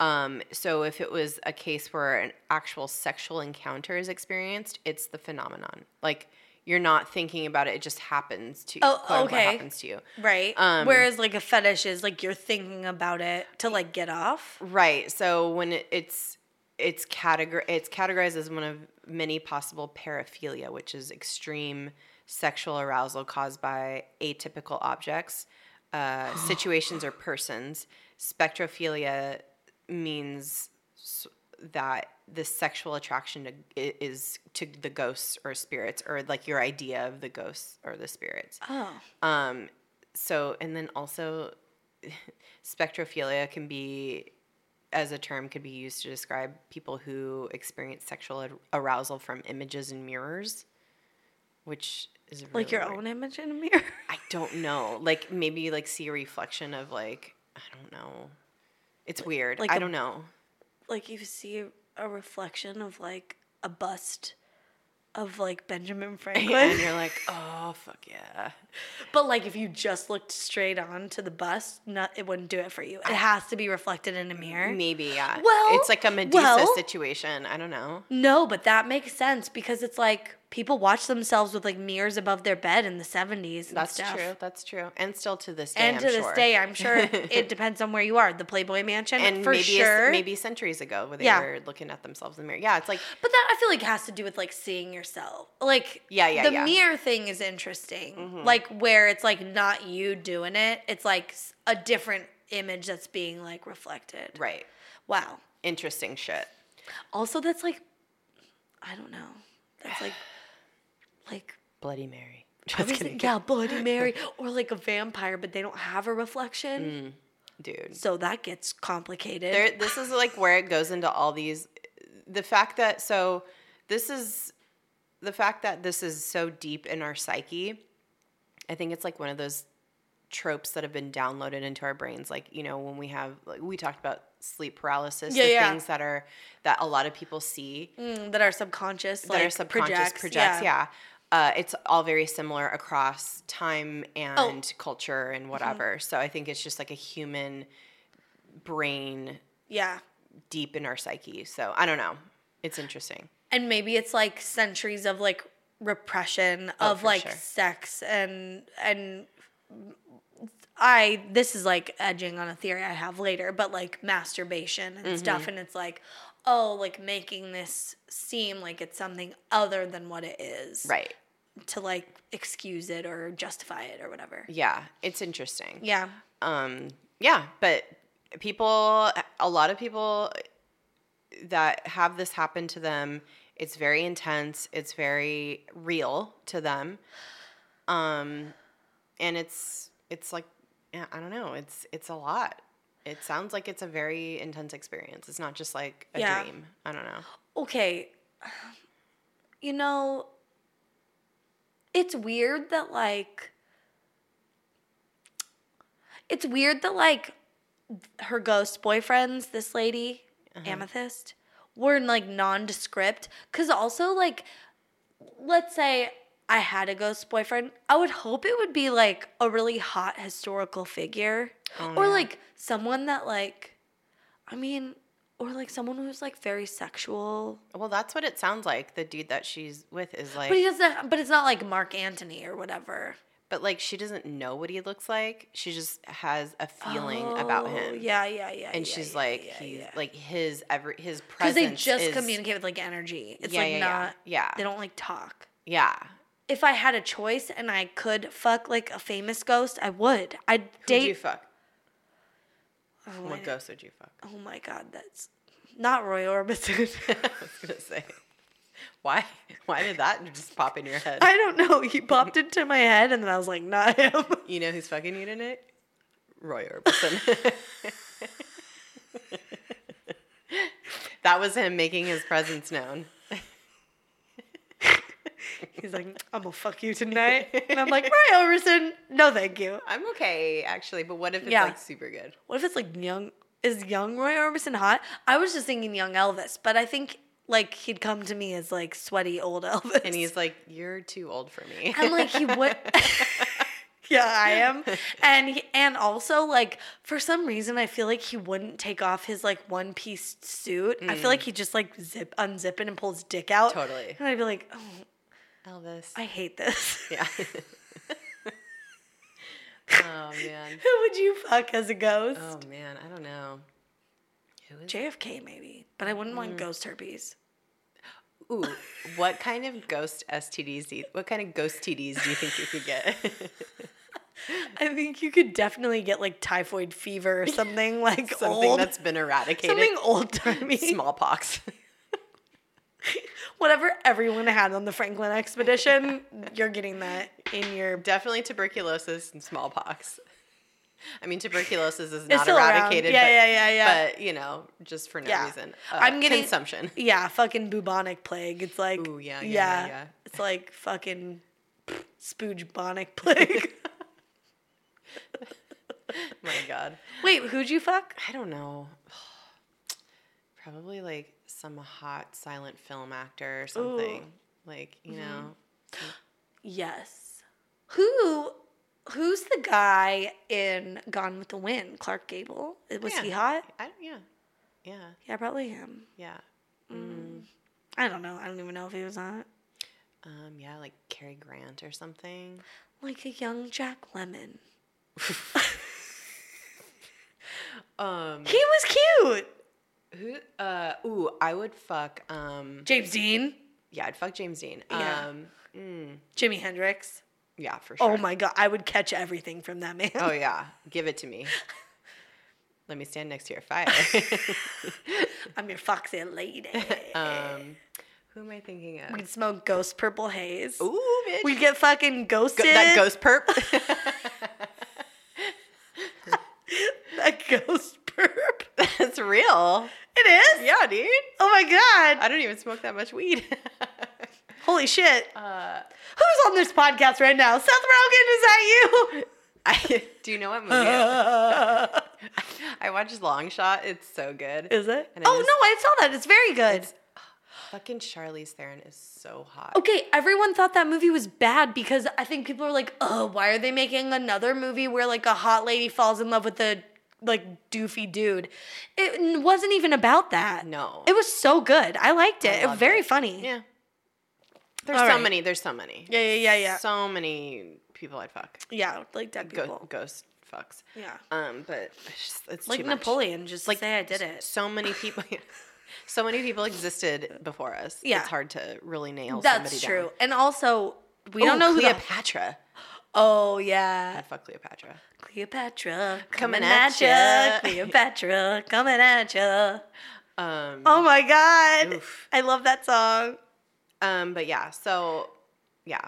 Um, so if it was a case where an actual sexual encounter is experienced, it's the phenomenon. Like you're not thinking about it; it just happens to you.
Oh,
quote, unquote,
okay.
happens to you.
Right.
Um,
Whereas like a fetish is like you're thinking about it to like get off.
Right. So when it, it's it's categor it's categorized as one of many possible paraphilia, which is extreme sexual arousal caused by atypical objects, uh, situations or persons. Spectrophilia means s- that the sexual attraction to, i- is to the ghosts or spirits, or like your idea of the ghosts or the spirits.
Oh.
Um, so, and then also, spectrophilia can be, as a term, could be used to describe people who experience sexual ar- arousal from images and mirrors, which is really
Like your
weird.
own image in a mirror.
I don't know. Like maybe like see a reflection of like I don't know. It's weird.
like
I
a-
don't know.
like you see a reflection of like a bust of like Benjamin Franklin.
And you're like, oh fuck yeah.
but like if you just looked straight on to the bust, not it wouldn't do it for you. It has to be reflected in a mirror.
Maybe yeah.
Well,
it's like a Medusa
well-
situation. I don't know.
No, but that makes sense because it's like people watch themselves with like mirrors above their bed in the 70s and
That's
stuff.
true. That's true. And still to this day.
And
I'm
to this
sure.
day, I'm sure it depends on where you are. The Playboy Mansion,
and
for
maybe it's-
sure.
maybe centuries ago where they
Yeah.
were looking at themselves in the mirror. Yeah, it's like
But that I feel like has to do with like seeing yourself. Like
Yeah, yeah,
the
yeah. Mm-hmm.
mirror thing is interesting. Like where it's like not you doing it. It's like s- a different image that's being like reflected.
right,
Wow.
interesting shit.
Also that's like I don't know. That's like like
Bloody Mary.
I
Just
was
kidding,
thinking, yeah, Bloody Mary or like a vampire but they don't have a reflection.
dude.
So that gets complicated.
Mm. There, this is like where it goes into all these. The fact that so this is the fact that this is so deep in our psyche. I think it's like one of those tropes that have been downloaded into our brains. Like you know when we have like we talked about sleep paralysis,
Yeah,
the
yeah.
things that are that a lot of people see.
Mm, that our subconscious like
that our subconscious projects, yeah, Uh, it's all very similar across time and culture and whatever so i think it's just like a human brain
Yeah.
deep in our psyche so i don't know it's interesting
and maybe it's like centuries of like repression of
Oh, for
like
sure.
sex and and i this is like edging on a theory i have later but like masturbation
Mm-hmm.
and stuff and it's like oh like making this seem like it's something other than what it is
right
to like excuse it or justify it or whatever
yeah it's interesting
yeah
um yeah but people a lot of people that have this happen to them It's very intense. It's very real to them. Um, and it's it's like yeah, I don't know. It's it's a lot. It sounds like it's a very intense experience. It's not just like a
Yeah.
dream. I don't know.
okay, you know, it's weird that like, it's weird that like her ghost boyfriends, this lady,
Uh-huh.
Amethyst, were like nondescript. Cause also, like, let's say I had a ghost boyfriend, I would hope it would be like a really hot historical figure
Oh,
or
yeah.
like someone that like, I mean, or like someone who's like very sexual.
Well, that's what it sounds like. The dude that she's with is like
But he doesn't. But it's not like Mark Antony or whatever.
But like she doesn't know what he looks like. She just has a feeling about
Oh,
him.
Yeah, yeah, yeah.
And
yeah,
she's
yeah,
like
yeah,
he's
yeah.
like his every his
because
presence.
they just
is-
communicate with like energy. It's
yeah,
like
yeah,
not.
yeah.
They
Yeah.
don't like talk.
yeah.
If I had a choice and I could fuck like a famous ghost, I would. I'd
Who'd you
date.
fuck?
oh, my,
What ghost would you fuck?
oh my god, that's not Roy Orbison.
I was gonna say. Why why did that just pop in your head?
I don't know. He popped into my head, and then I was like, not him.
You know who's fucking you tonight? Roy Orbison. that was him making his presence known.
He's like, I'm gonna fuck you tonight, and I'm like, Roy Orbison, no, thank you.
I'm okay actually, but what if it's
Yeah.
like super good?
What if it's like young? Is young Roy Orbison hot? I was just thinking young Elvis, but I think like he'd come to me as like sweaty old Elvis.
And he's like, "You're too old for me."
and like he would. yeah, I am. And he, and also like for some reason I feel like he wouldn't take off his like one piece suit. I feel like he just like zip unzip it and pull his dick out.
Mm. Totally.
And I'd be like, oh,
Elvis.
I hate this.
yeah. oh man.
Who would you fuck as a ghost?
Oh man. I don't know. Who is?
JFK maybe, but I wouldn't
Mm.
want ghost herpes.
Ooh, what kind of ghost STDs? Do you, what kind of ghost TDs do you think you could get?
I think you could definitely get like typhoid fever or something like
Something
old,
that's been eradicated.
something old timey,
Smallpox.
whatever everyone had on the Franklin expedition. you're getting that in your.
Definitely tuberculosis and smallpox. I mean, tuberculosis is
It's
not
still around.
eradicated.
Yeah,
but,
yeah, yeah, yeah.
But you know, just for no
Yeah.
reason. Uh,
I'm getting-
consumption.
yeah, fucking bubonic plague. It's like
Ooh, yeah, yeah, yeah, yeah.
It's like fucking spoogebonic plague.
My God.
Wait, who'd you fuck?
I don't know. Probably like some hot silent film actor or something. Like, you
Mm-hmm.
know.
Yes. Who? Who's the guy in Gone with the Wind? Clark Gable. Was he
Yeah.
hot?
I don't- yeah. Yeah.
Yeah, probably him.
Yeah.
I don't know. I don't even know if he was on it.
Um, yeah, like Cary Grant or something.
Like a young Jack Lemon.
Um
He was cute.
who uh ooh, I would fuck um
James Dean.
yeah, I'd fuck James Dean.
Yeah.
Um mm,
Jimi Hendrix.
yeah, for sure.
Oh my god, I would catch everything from that man.
Oh yeah. Give it to me. Let me stand next to your fire.
I'm your foxy lady.
um who am I thinking of?
We'd smoke ghost purple haze.
Ooh, bitch.
We'd get fucking ghosted.
Go- that ghost perp.
That ghost perp.
That's real.
It is.
Yeah, dude.
Oh my god.
I don't even smoke that much weed.
Holy shit.
uh,
Who's on this podcast right now? Seth Rogen, is that you?
I, do you know what movie? I, I watched Long Shot. It's so good.
is it? Oh
And I
no,
just-
I saw that. It's very good.
Fucking Charlize Theron is so hot.
Okay, everyone thought that movie was bad because I think people are like, "Oh, why are they making another movie where like a hot lady falls in love with a like doofy dude?" It n- wasn't even about that.
No.
It was so good. I liked it. it
loved
very
it.
funny.
Yeah. There's
All
so
right.
many. There's so many.
yeah, yeah, yeah, yeah.
So many people I'd fuck.
Yeah, like dead people.
Go- ghost fucks.
Yeah.
Um, but it's, just, it's
Like
too much.
Napoleon, just like
Like,
say I did it.
So many people. so many people existed before us.
Yeah.
It's hard to really nail somebody
That's true.
down.
And also, we
We
don't know who the
Cleopatra.
Oh yeah,
I'd fuck Cleopatra.
Cleopatra coming
Coming
at
at ya.
ya. Cleopatra coming at ya.
Um,
Oh my god.
Oof.
I love that song.
Um, but yeah, so yeah,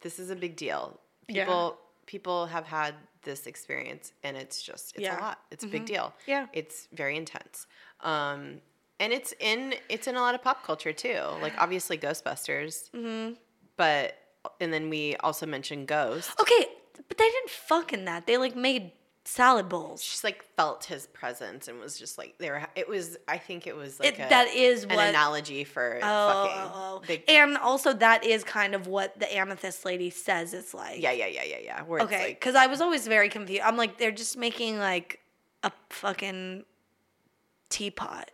this is a big deal.
Yeah.
People people have had this experience, and it's just it's
Yeah. Mm-hmm.
a lot. It's a big deal.
Yeah.
it's very intense. Um, and it's in it's in a lot of pop culture too. Like obviously Ghostbusters,
Mm-hmm.
but and then we also mentioned Ghost.
Okay, but they didn't fucking that. They like made salad bowls.
Just like felt his presence and was just like there. It was I think it was like
It,
a,
that is
an
what.
analogy for
oh,
fucking.
oh, oh.
They-
and also that is kind of what the amethyst lady says. It's like
yeah, yeah, yeah, yeah, yeah. Where it's
Okay,
like-
because I was always very confused. I'm like, they're just making like a fucking teapot.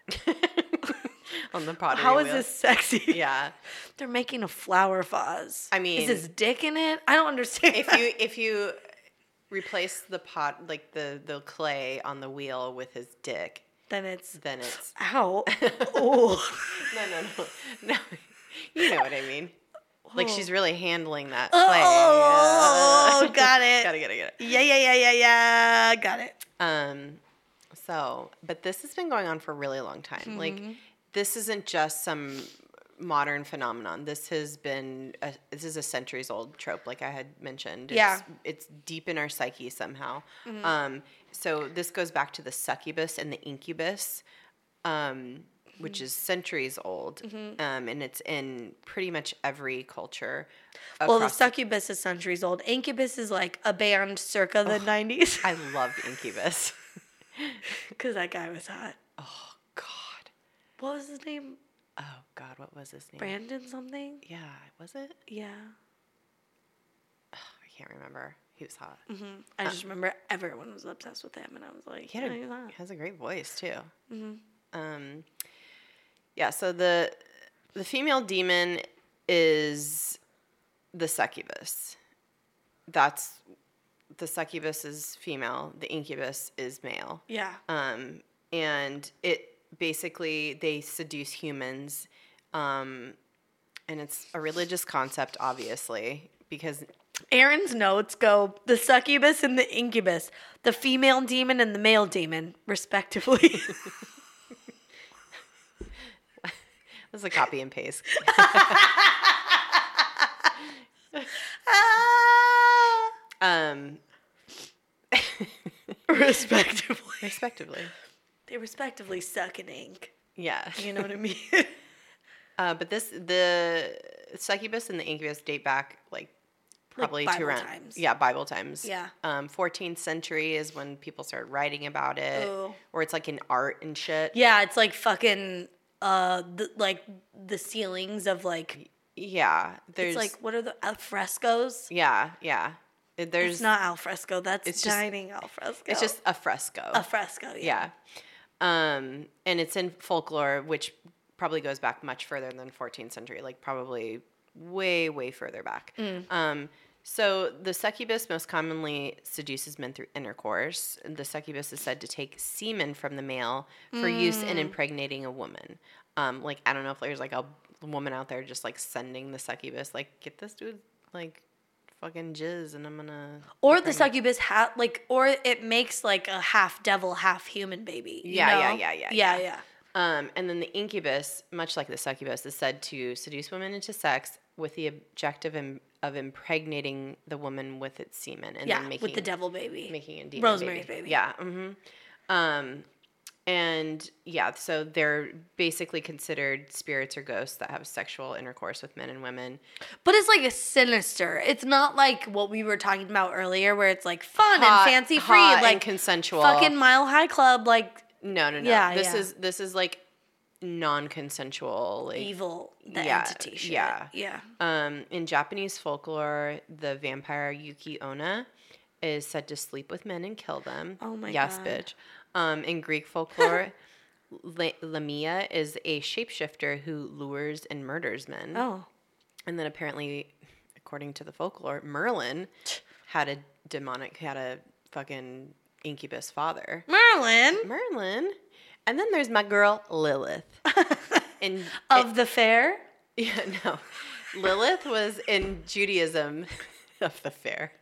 on the pottery.
How is
wheel.
this sexy?
Yeah.
They're making a flower vase.
I
is
mean-
his dick in it? I don't understand.
If you if you replace the pot like the the clay on the wheel with his dick,
then it's
then it's
ow. Ooh.
no no no Oh. no. You know what I mean. Like she's really handling that clay.
Oh,
Yeah.
got it.
got it. Got it. Got it.
Yeah, yeah, yeah, yeah, yeah. Got it.
Um, so, but this has been going on for a really long time. Like,
Mm-hmm.
this isn't just some modern phenomenon. This has been a, this is a centuries old trope, like I had mentioned. It's,
Yeah. Mm-hmm.
it's deep in our psyche somehow. Um, so this goes back to the succubus and the incubus. Um,
Mm-hmm.
which is centuries old, um, and it's in pretty much every culture.
Well, the
across-
succubus is centuries old. Incubus is like a band circa the 90s.
I love incubus.
Because that guy was hot.
oh God!
What was his name?
Oh God! What was his name?
Brandon something?
Yeah, was it?
Yeah.
I can't remember. He was hot.
Mm-hmm. I just remember everyone was obsessed with him, and I was like,
He had
yeah,
a,
he's hot. Mm-hmm.
he has a great voice too. Um, yeah. So the the female demon is the succubus. That's the succubus is female. The incubus is male.
yeah,
Um, and it basically they seduce humans. Um, and it's a religious concept, obviously, because
Aaron's notes go the succubus and the incubus, the female demon and the male demon, respectively.
it's a copy and paste.
Ah,
Um,
respectively.
respectively.
They respectively suck and ink.
Yeah.
You know what I mean?
Uh, but this the succubus and the incubus date back like probably to
Bible
around
times.
yeah Bible times.
Yeah.
Um, 14th century is when people started writing about it,
Oh.
or it's like in art and shit.
yeah, it's like fucking, uh, the, like the ceilings of like,
Yeah. There's
it's like what are the alfrescoes?
yeah yeah. It- There's
It's not alfresco. That's
It's just-
dining alfresco.
it's just a fresco.
alfresco. Yeah.
yeah. Um, and it's in folklore, which probably goes back much further than 14th century, like probably way, way further back. Um, so the succubus most commonly seduces men through intercourse. The succubus is said to take semen from the male for use in impregnating a woman. Um, like I don't know if there's like a woman out there just like sending the succubus, like get this dude like fucking jizz, and I'm gonna
Or the succubus hat, like, or it makes like a half devil, half human baby. you
Yeah, yeah,
know?
yeah, yeah,
yeah,
yeah.
yeah.
Um, and then the incubus, much like the succubus, is said to seduce women into sex with the objective im- of impregnating the woman with its semen and
Yeah,
then making
with the devil baby.
making a demon
Rosemary's Baby.
Yeah. hmm Um, and yeah, so they're basically considered spirits or ghosts that have sexual intercourse with men and women.
But it's like a sinister. It's not like what we were talking about earlier, where it's like fun
Hot-
and fancy free,
hot and
like
consensual.
fucking Mile High Club, like
no, no, no.
Yeah,
this
yeah.
is this is like non-consensual, like
evil, the
Yeah,
entity shit.
yeah.
yeah.
Um, in Japanese folklore, the vampire Yuki Onna is said to sleep with men and kill them.
Oh my
yes,
God.
bitch. Um, in Greek folklore, La- Lamia is a shapeshifter who lures and murders men.
Oh,
And then apparently, according to the folklore, Merlin had a demonic, had a fucking incubus father.
Merlin
Merlin. And then there's my girl Lilith. And
of the fair.
yeah, no. Lilith was in Judaism of the fair.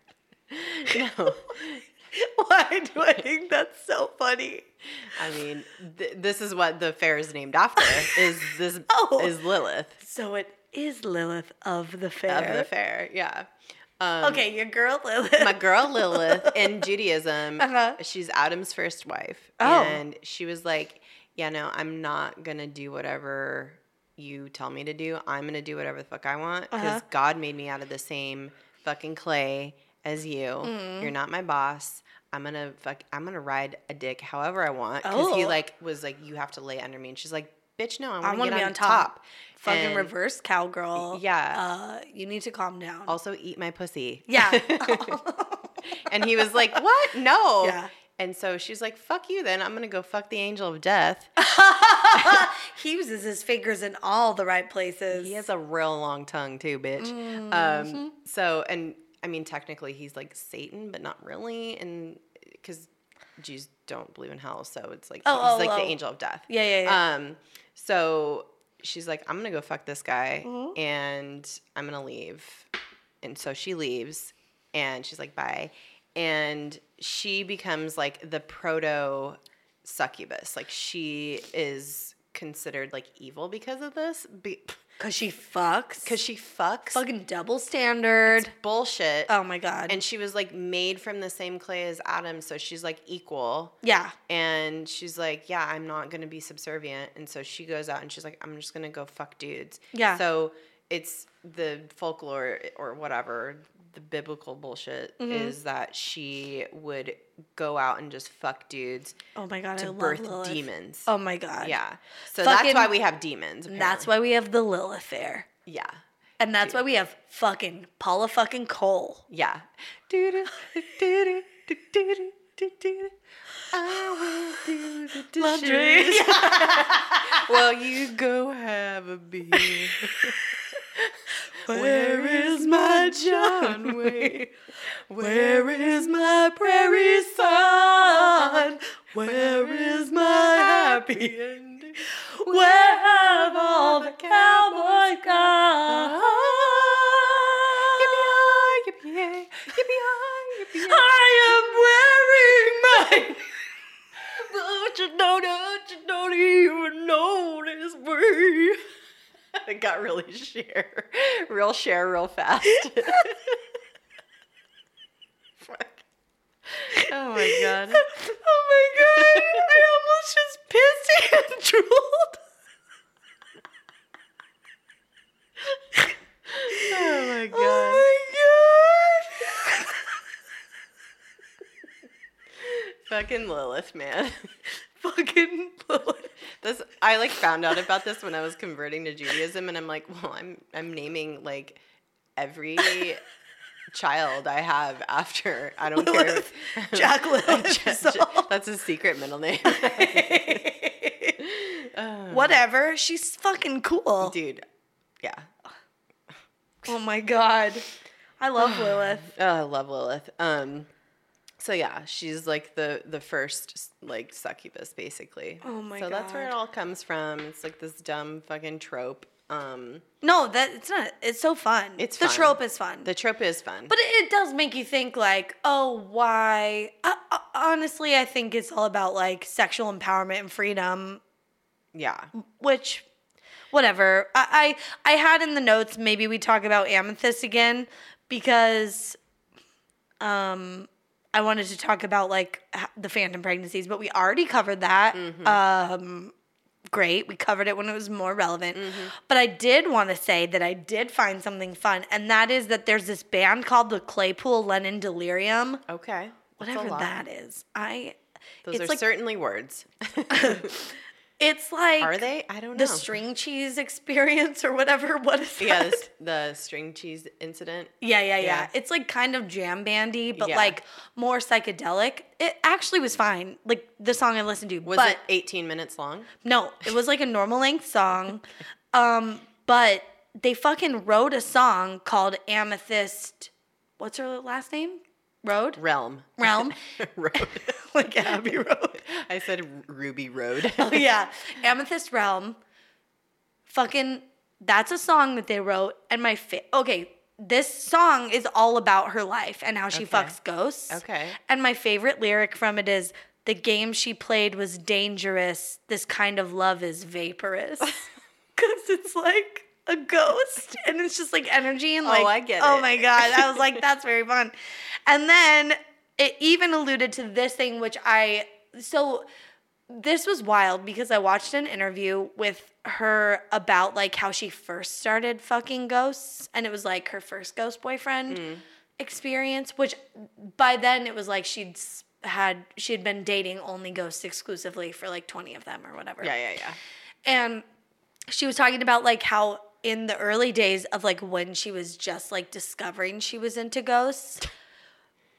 No.
Why do I think that's so funny?
I mean, th- this is what the fair is named after. Is this
Oh.
is Lilith
So it is Lilith of the
of
fair.
the fair? Yeah. Um,
Okay, your girl Lilith.
my girl Lilith in Judaism,
Uh-huh.
she's Adam's first wife.
Oh.
And she was like, Yeah, no, I'm not going to do whatever you tell me to do. I'm going to do whatever the fuck I want because
Uh-huh.
God made me out of the same fucking clay as you.
Mm-hmm.
You're not my boss. I'm gonna fuck. I'm gonna ride a dick however I want because he
Oh.
like was like you have to lay under me and she's like bitch no I
I
want to
wanna
get
be
on
on
top.
top. Fucking
And
reverse cowgirl.
Yeah.
Uh, you need to calm down.
Also eat my pussy.
yeah.
And he was like, What? No.
Yeah.
And so she's like, Fuck you then. I'm going to go fuck the angel of death.
he uses his fingers in all the right places.
He has a real long tongue, too, bitch.
Mm-hmm.
Um, so, and I mean, technically, he's like Satan, but not really. And because Jews don't believe in hell. So it's like,
Oh,
he's
oh, oh.
like the angel of death.
Yeah, yeah, yeah.
Um, so she's like, I'm going to go fuck this guy
Mm-hmm.
and I'm going to leave. And so she leaves and she's like, bye. And she becomes like the proto succubus. Like she is considered like evil because of this because
Cause she fucks.
she fucks
fucking double standard.
bullshit.
oh my god.
And she was like made from the same clay as Adam. So she's like equal.
yeah.
And she's like, Yeah, I'm not going to be subservient. And so she goes out and she's like, I'm just going to go fuck dudes.
Yeah.
So it's the folklore or whatever, the biblical bullshit
Mm-hmm.
is that she would go out and just fuck dudes
Oh my god. I
to
love
birth
Lilith.
demons.
Oh my god.
yeah. So
Fucking-
that's why we have demons. Apparently.
That's why we have the Lilith Fair.
Yeah.
And that's why we have fucking Paula fucking Cole.
Yeah. Doo-doo, doo-doo, doo-doo, doo-doo. I will do the dishes. Well, you go have a beer. Where is my John Wayne? Where is my prairie sun? Where is my happy ending?
Where have all the cowboys gone?
Yippee-yi, yippee-yay, yippee-yi, yippee-yay.
I am wearing my
But you don't, but you don't even notice me. It got really share, real share, real fast. Fuck. Oh my god.
oh my god! I almost just pissed and drooled.
Oh my god.
Oh my god!
Fucking Lilith, man.
Fucking Lord.
This I like found out about this when I was converting to Judaism, and I'm like, well, I'm I'm naming like every child I have after. I don't
Lilith.
care.
Jack Lilith
Ja-
is
Ja-
all.
that's his secret middle name.
Whatever. She's fucking cool.
Dude, yeah.
Oh my god. I love Lilith.
Oh, I love Lilith. Um, so yeah, she's like the the first like succubus, basically.
Oh my
So that's where it
God.
all comes from. It's like this dumb fucking trope. Um,
No, that it's not. It's so fun.
It's
the
fun.
trope is fun.
the trope is fun.
But it, it does make you think, like, oh, why? Uh, uh, honestly, I think it's all about like sexual empowerment and freedom,
yeah,
which, whatever. I, I, I had in the notes maybe we talk about amethyst again because, um, I wanted to talk about like h- the phantom pregnancies, but we already covered that.
Mm-hmm.
Um, great. We covered it when it was more relevant.
Mm-hmm.
But I did want to say that I did find something fun, and that is that there's this band called the Claypool Lennon Delirium,
okay. That's a
whatever
lot.
that is. I.
Those
it's
are
like
certainly words.
it's like
are they? I don't know.
the string cheese experience or whatever. What is that?
Yeah, the, s- the string cheese incident.
Yeah, yeah, yeah,
Yeah.
It's like kind of jam bandy, but
Yeah.
like more psychedelic. It actually was fine. Like the song I listened to,
Was
but
it 18 minutes long?
no, it was like a normal length song. Um, but they fucking wrote a song called Amethyst. What's her last name? Road
Realm.
Realm,
Road.
like Abbey Road.
I said Ruby Road.
yeah, Amethyst Realm. Fucking, that's a song that they wrote, and my fa- okay. this song is all about her life and how she
Okay.
fucks ghosts.
Okay.
And my favorite lyric from it is the game she played was dangerous. This kind of love is vaporous. Cuz it's like a ghost and it's just like energy and
Oh,
like
I get
oh
it.
my god. I was like that's very fun. And then it even alluded to this thing which I so this was wild because I watched an interview with her about like how she first started fucking ghosts and it was like her first ghost boyfriend experience which by then it was like she'd s- had she had been dating only ghosts exclusively for like 20 of them or whatever.
Yeah, yeah, yeah.
And she was talking about like how in the early days of like when she was just like discovering she was into ghosts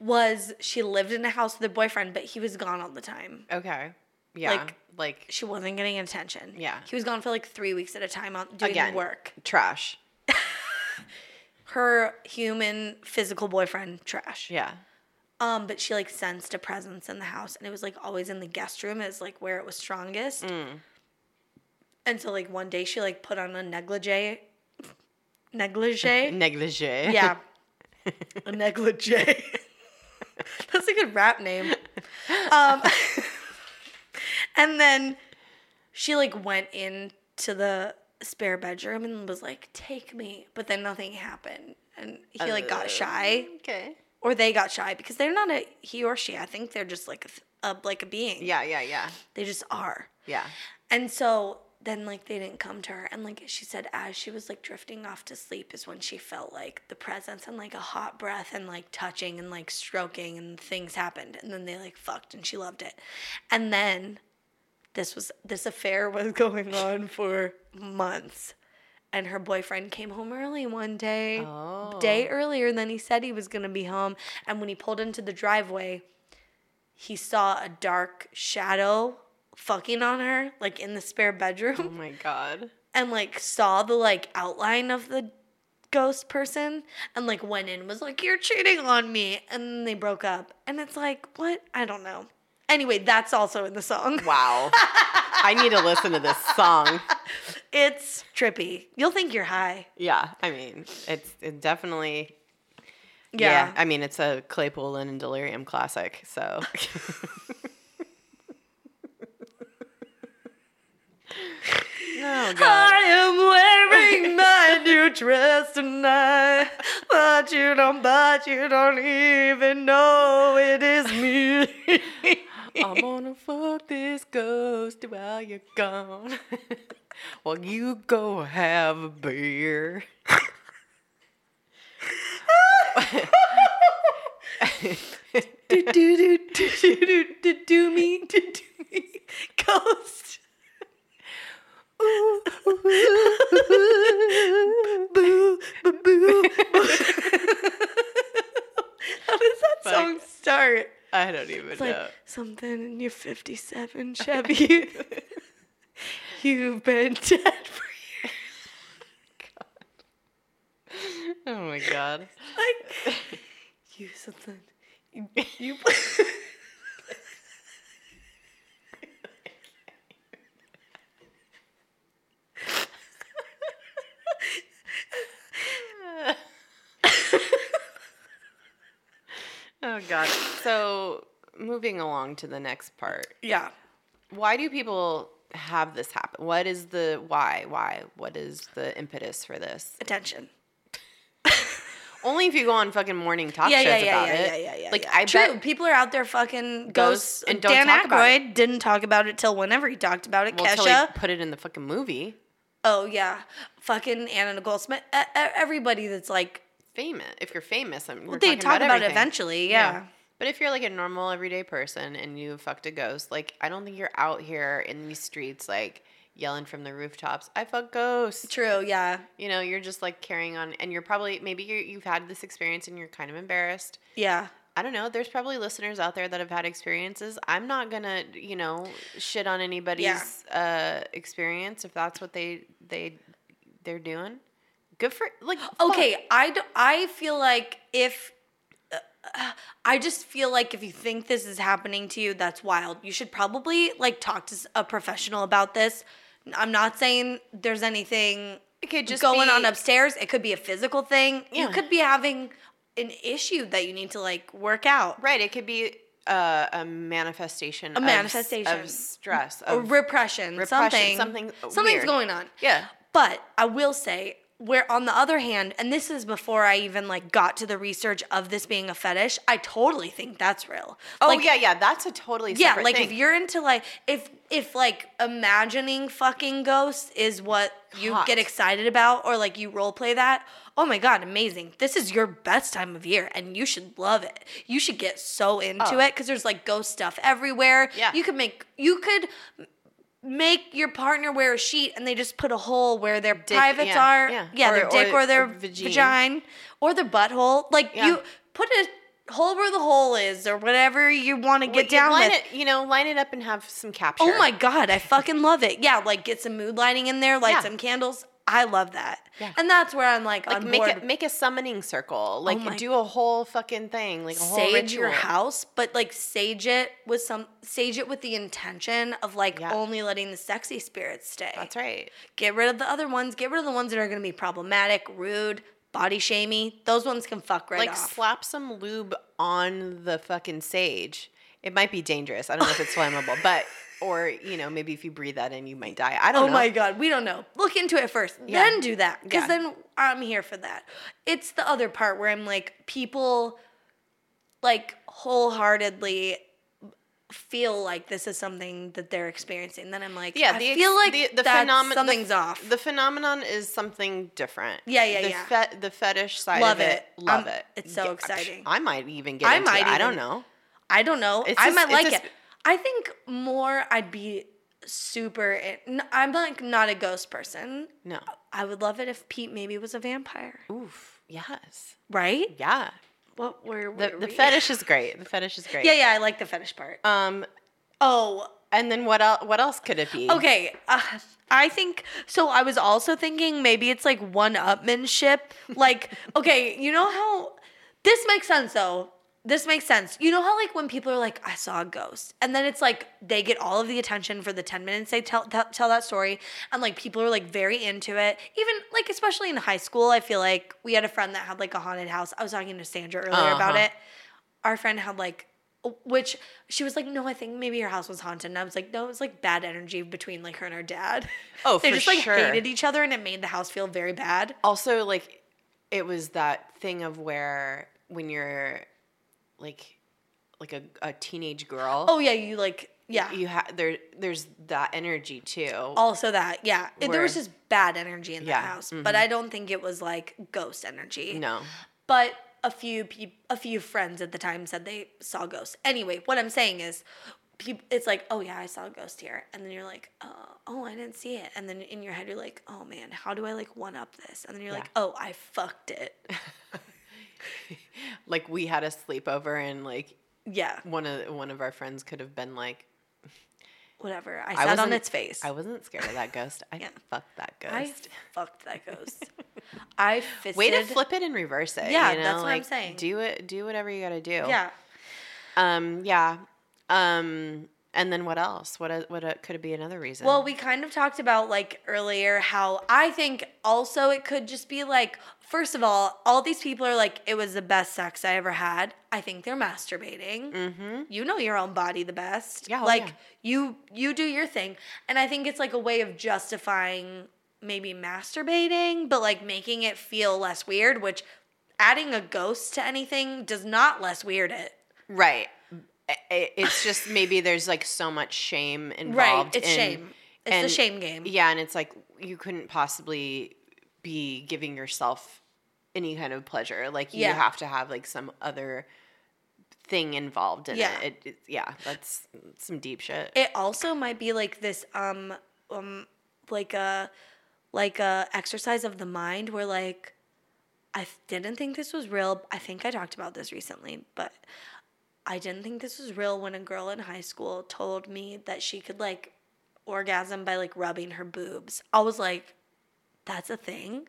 was she lived in a house with a boyfriend but he was gone all the time.
Okay. Yeah. Like,
Like- She wasn't getting attention.
Yeah.
He was gone for like 3 weeks at a time on doing
Again.
work.
trash.
Her human physical boyfriend trash.
Yeah.
Um but she like sensed a presence in the house and it was like always in the guest room is like where it was strongest.
Mm.
And so like one day she like put on a negligee
Mm.
negligee
Negligee.
Yeah. A negligee. That's a good rap name. Um, and then she like went into the spare bedroom and was like, "Take me," but then nothing happened, and he like
Uh.
got shy,
Okay.
or they got shy because they're not a he or she. I think they're just like a, th- a like a being.
Yeah, yeah, yeah.
they just are.
Yeah.
And so then like they didn't come to her and like she said as she was like drifting off to sleep is when she felt like the presence and like a hot breath and like touching and like stroking and things happened and then they like fucked and she loved it. And then this was this affair was going on for months. And her boyfriend came home early one day,
Oh.
day earlier than he said he was gonna be home. And when he pulled into the driveway, he saw a dark shadow fucking on her, like in the spare
Oh
bedroom,
my god.
and like saw the like outline of the ghost person and like went in and was like, You're cheating on me. And then they broke up. And it's like, What? I don't know. Anyway, that's also in the song.
Wow. I need to listen to this song.
It's trippy. You'll think you're high.
Yeah, I mean, it's it definitely yeah.
Yeah.
I mean, it's a Claypool and Delirium classic, so No god.
I am wearing my new dress tonight, but you don't, but you don't even know it is me.
I'm gonna fuck this ghost while you're gone. while you go have a beer.
do do do do do do do do me do do me ghost. Ooh, ooh, ooh, boo boo boo. boo. How does that
Fuck.
song start?
I don't even
It's
know.
like something in your '57 Chevy. You've been dead for years.
oh my god.
Like you something. You. you
oh god. So moving along to the next part.
yeah.
Why do people have this happen? What is the why? Why? What is the impetus for this?
Attention.
Only if you go on fucking morning talk shows about it. Like I
True,
bet
people are out there fucking ghosts.
Ghosts and
And
don't
Dan
talk about
Aykroyd didn't talk about it till whenever he talked about it.
well, till
Kesha.
they put it in the fucking movie.
Oh yeah, fucking Anna Nicole Smith. e- e- Everybody that's like
Famous. If you're famous, I'm. Well,
they talk about, it eventually. Yeah.
But if you're like a normal everyday person and you fucked a ghost, like I don't think you're out here in these streets like yelling from the rooftops, I fuck ghosts.
True. Yeah.
You know, you're just like carrying on and you're probably maybe you're, you've had this experience and you're kind of embarrassed.
Yeah.
I don't know. There's probably listeners out there that have had experiences. I'm not going to, you know, shit on anybody's uh experience if that's what they they they're doing. Good for like fuck.
Okay. I do, I feel like if. uh, uh, I just feel like if you think this is happening to you, that's wild. You should probably like talk to s- a professional about this. I'm not saying there's anything
It could just
going
be-
on upstairs. It could be a physical thing. You
Yeah.
could be having an issue that you need to like work out.
Right. It could be a, a manifestation. A
manifestation.
of stress.
Or
Of,
repression,
repression,
something,
something uh,
something's
weird.
going on.
yeah.
But I will say, where on the other hand, and this is before I even like got to the research of this being a fetish, I totally think that's real.
Oh
like,
yeah, yeah. That's a totally
yeah,
separate
like
thing.
if you're into like if if like imagining fucking ghosts is what you
Hot.
get excited about or like you role play that, oh my god, amazing. This is your best time of year and you should love it. You should get so into
Oh.
it cuz there's like ghost stuff everywhere.
Yeah.
You could make you could make your partner wear a sheet and they just put a hole where their privates
yeah,
are.
yeah.
Yeah,
Or-
their dick
or-
or, their
or
vagina.
vagine.
or their butthole. Like
Yeah.
you put a hole where the hole is or whatever you want to get
Well, you
down
line
with.
It, you know, line it up and have some capture.
Oh my god, I fucking love it. Yeah, like get some mood lighting in there, light
Yeah.
some candles. I love that.
Yeah.
And that's where I'm like,
Like
on
make
board.
a, make a summoning circle. Like
Oh my-
do a whole fucking thing. Like a whole
sage
ritual.
your house, but like sage it with some sage it with the intention of like
Yeah.
only letting the sexy spirits stay.
That's right.
Get rid of the other ones. Get rid of the ones that are going to be problematic, rude, body shamey. Those ones can fuck right
like
off.
slap some lube on the fucking sage. It might be dangerous. I don't know if it's flammable, but or you know maybe if you breathe that in, you might die. I don't
Oh
know.
my God, we don't know. Look into it first,
Yeah.
then do that. Because
Yeah.
then I'm here for that. It's the other part where I'm like, people like wholeheartedly feel like this is something that they're experiencing. Then I'm like,
Yeah,
I
the ex-
feel like
the- the
that's-
phenomen- the-
something's off.
The phenomenon is something different.
Yeah, yeah,
the
yeah.
Fe- the fetish side
Love
of it.
it.
Love
Um,
it.
it's so
Yeah,
exciting.
I might even get
I
into
might
it. I don't
even-
know.
I don't know.
It's
I
just-
might
it's
like
just-
it. I think more I'd be super. In, I'm like not a ghost person.
No.
I would love it if Pete maybe was a vampire,
Oof. Yes.
right?
Yeah.
What were,
The,
were
the
we-
fetish is great. The fetish is great.
Yeah, yeah, I like the fetish part.
Um.
Oh,
And then what else? What else could it be?
okay. Uh, I think so. I was also thinking maybe it's like one upmanship. Like, okay, you know how this makes sense though. This makes sense. You know how like when people are like, "I saw a ghost," and then it's like they get all of the attention for the ten minutes they tell tell, tell that story, and like people are like very into it. Even like especially in high school, I feel like we had a friend that had like a haunted house. I was talking to Sandra earlier about
Uh-huh.
it. our friend had like which she was like, no, I think maybe your house was haunted. And I was like, no, it was like bad energy between like her and her dad.
Oh,
they
for
just like
sure.
hated each other, and it made the house feel very bad.
also like it was that thing of where when you're like like a, a teenage girl
Oh yeah, you like yeah.
you have there there's that energy too
also that yeah, It- there was
Were-
just bad energy in the
Yeah, Mm-hmm.
house, but I don't think it was like ghost energy.
no
but a few peop a few friends at the time said they saw ghosts. Anyway, what I'm saying is, peop it's like, oh yeah, I saw a ghost here, and then you're like, oh, oh, I didn't see it, and then in your head you're like, oh man, how do I like one up this? And then you're like, oh, I fucked it.
like we had a sleepover and like
Yeah,
one of one of our friends could have been like
whatever. I
I
sat on
wasn't-
its face.
I wasn't scared of that ghost. I fucked that
I
ghost.
fucked that ghost. I fisted.
Way to flip it and reverse it.
Yeah,
you know?
that's what I'm
Like,
saying.
Do it. Do whatever you gotta do.
Yeah.
Um. Yeah. Um. And then what else? What? a- What a- could it be another reason?
Well, we kind of talked about like earlier how I think also it could just be like, first of all, all these people are like, it was the best sex I ever had. I think they're masturbating.
Mm-hmm.
You know your own body the best.
Yeah, oh,
like
yeah.
you you do your thing. And I think it's like a way of justifying maybe masturbating, but like making it feel less weird, which adding a ghost to anything does not less weird it.
Right. I- I- It's just maybe there's like so much shame involved.
Right. It's
in-
shame. It's the
and-
shame game.
Yeah, and it's like you couldn't possibly be giving yourself any kind of pleasure. Like you
Yeah.
have to have like some other thing involved in
Yeah.
it. It, it. Yeah, that's some deep shit.
It also might be like this um um like a like a exercise of the mind where like I th- didn't think this was real. I think I talked about this recently, but I didn't think this was real when a girl in high school told me that she could like orgasm by like rubbing her boobs. I was like, that's a thing.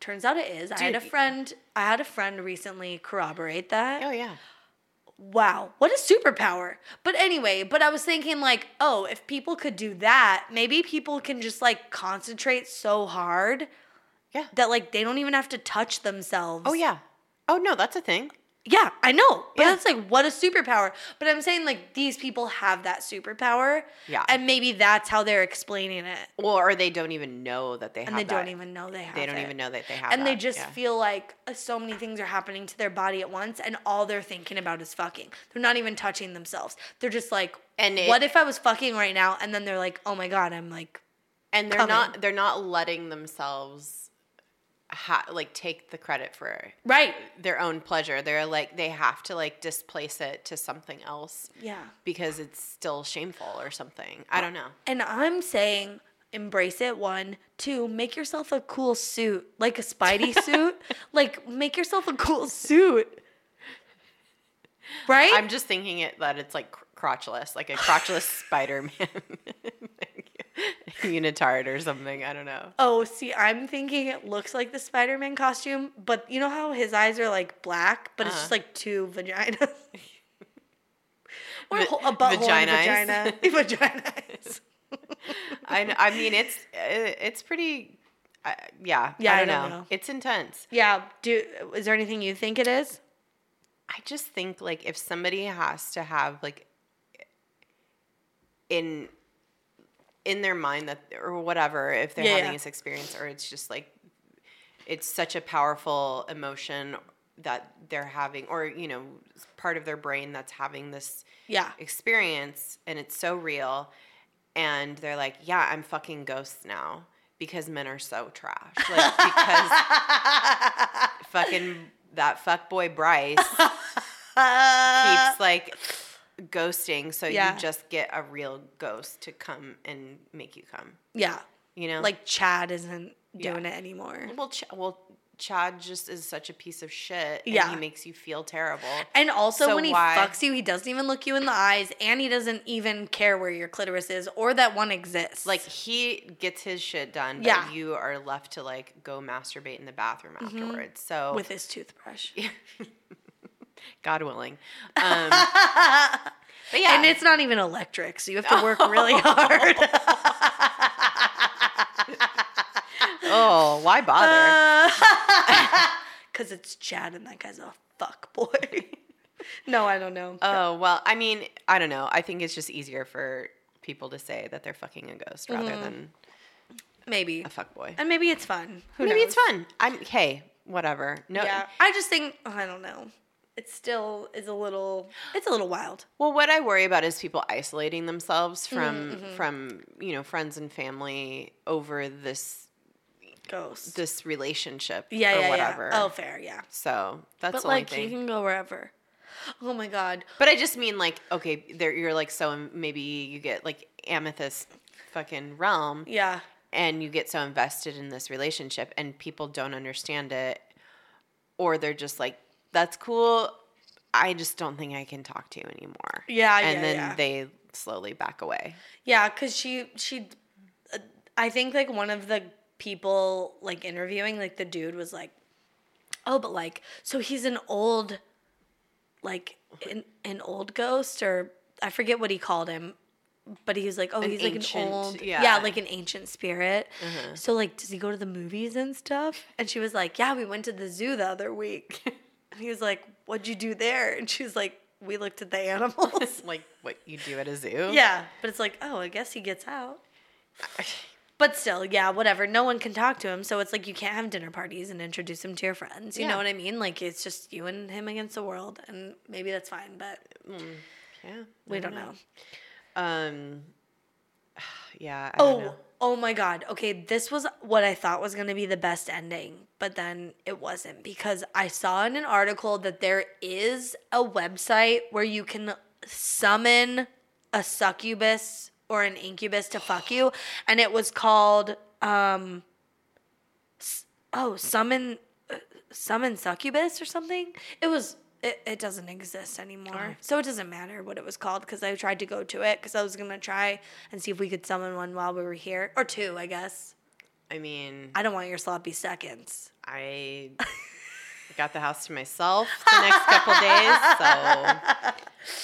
Turns out it is. I had a
Dude.
friend I had a friend recently corroborate that
oh yeah.
wow, what a superpower. But anyway, but I was thinking like, oh, if people could do that, maybe people can just like concentrate so hard
Yeah.
That like they don't even have to touch themselves.
Oh yeah. Oh no, that's a thing.
Yeah, I know. But
Yeah.
that's like what a superpower. But I'm saying like these people have that superpower.
Yeah.
And maybe that's how they're explaining it.
Well, or they don't even know that they have
And they
that.
don't even know they have
they don't
it.
even know that they have
And they
that.
just
Yeah.
feel like uh, so many things are happening to their body at once and all they're thinking about is fucking. They're not even touching themselves. They're just like
And it-
what if I was fucking right now and then they're like, "Oh my god, I'm like
and they're
coming.
not they're not letting themselves ha- like take the credit for
right."
their own pleasure. They're like they have to like displace it to something else
Yeah.
because it's still shameful or something. I don't know.
And I'm saying embrace it one, two, make yourself a cool suit, like a Spidey suit. Like make yourself a cool suit. Right?
I'm just thinking it that it's like cr- crotchless, like a crotchless Spider-Man unitard or something. I don't know.
oh, see, I'm thinking it looks like the Spider-Man costume, but you know how his eyes are like black, but it's just
Uh-huh.
like two vaginas. or a
Va-
hole- a butthole
vagina eyes.
and a vagina. vagina eyes.
I, kn- I mean it's uh, it's pretty. Uh, yeah,
Yeah,
I don't, know. It's intense.
Yeah. Do is there anything you think it is?
I just think like if somebody has to have like in in their mind that or whatever if they're
Yeah,
having
yeah.
this experience or it's just like it's such a powerful emotion that they're having or you know part of their brain that's having this
Yeah.
experience and it's so real and they're like yeah i'm fucking ghosts now because men are so trash like because fucking that fuck boy bryce keeps like ghosting so
Uh, Yeah.
you just get a real ghost to come and make you come
yeah.
you know
like Chad isn't
Yeah.
doing it anymore.
well Ch- well chad just is such a piece of shit and
Yeah.
he makes you feel terrible
And also,
So
when he
why-
fucks you, he doesn't even look you in the eyes, and he doesn't even care where your clitoris is or that one exists.
like he gets his shit done but
Yeah. Mm-hmm.
you are left to like go masturbate in the bathroom afterwards so
with his toothbrush.
god willing um but yeah
And it's not even electric, so you have to work really hard.
oh why
Uh,
bother
Because it's Chad, and that guy's a fuck boy. no, I don't know.
Oh, well, I mean, I don't know. I think it's just easier for people to say that they're fucking a ghost
Mm-hmm.
rather than
maybe.
a fuckboy.
And maybe it's fun. Who
Maybe
knows?
it's fun. I'm hey, whatever. No.
Yeah. I just think, oh, I don't know. It still is a little, it's a little wild.
Well, what I worry about is people isolating themselves
Mm-hmm,
from from, you know, friends and family over this
Ghost.
this relationship
yeah,
or
yeah,
whatever.
yeah. Oh, fair, yeah.
So, that's
But
the only
like,
thing.
you can go wherever. Oh my god.
But I just mean like, okay, there you're like so um, maybe you get like amethyst fucking realm
Yeah.
and you get so invested in this relationship and people don't understand it or they're just like that's cool i just don't think i can talk to you anymore
Yeah,
and
Ah, yeah,
then
yeah.
they slowly back away
Yeah, cuz she she uh, I think like one of the people like interviewing like the dude was like, "Oh, but like so he's an old like an, an old ghost or I forget what he called him." But he was like, "Oh, he's
ancient-
like an old,
yeah. Uh-huh.
like an ancient spirit." So like, does he go to the movies and stuff? And she was like, "Yeah, we went to the zoo the other week." And he was like, What'd you do there? And she was like, We looked at the animals.
like what you do at a zoo
yeah. But it's like, Oh, I guess he gets out. But still, yeah, whatever. No one can talk to him. So it's like you can't have dinner parties and introduce him to your friends. You
Yeah.
know what I mean? Like it's just you and him against the world. And maybe that's fine, but
yeah
we don't know.
um yeah I don't
Oh,
know.
oh my God. Okay, this was what I thought was going to be the best ending, but then it wasn't because I saw in an article that there is a website where you can summon a succubus or an incubus to fuck you, and it was called um s- oh, summon uh, summon succubus or something. It was it, it doesn't exist anymore. So it doesn't matter what it was called because I tried to go to it because I was going to try and see if we could summon one while we were here or two, I guess.
i mean
I don't want your sloppy seconds.
i got the house to myself the next couple days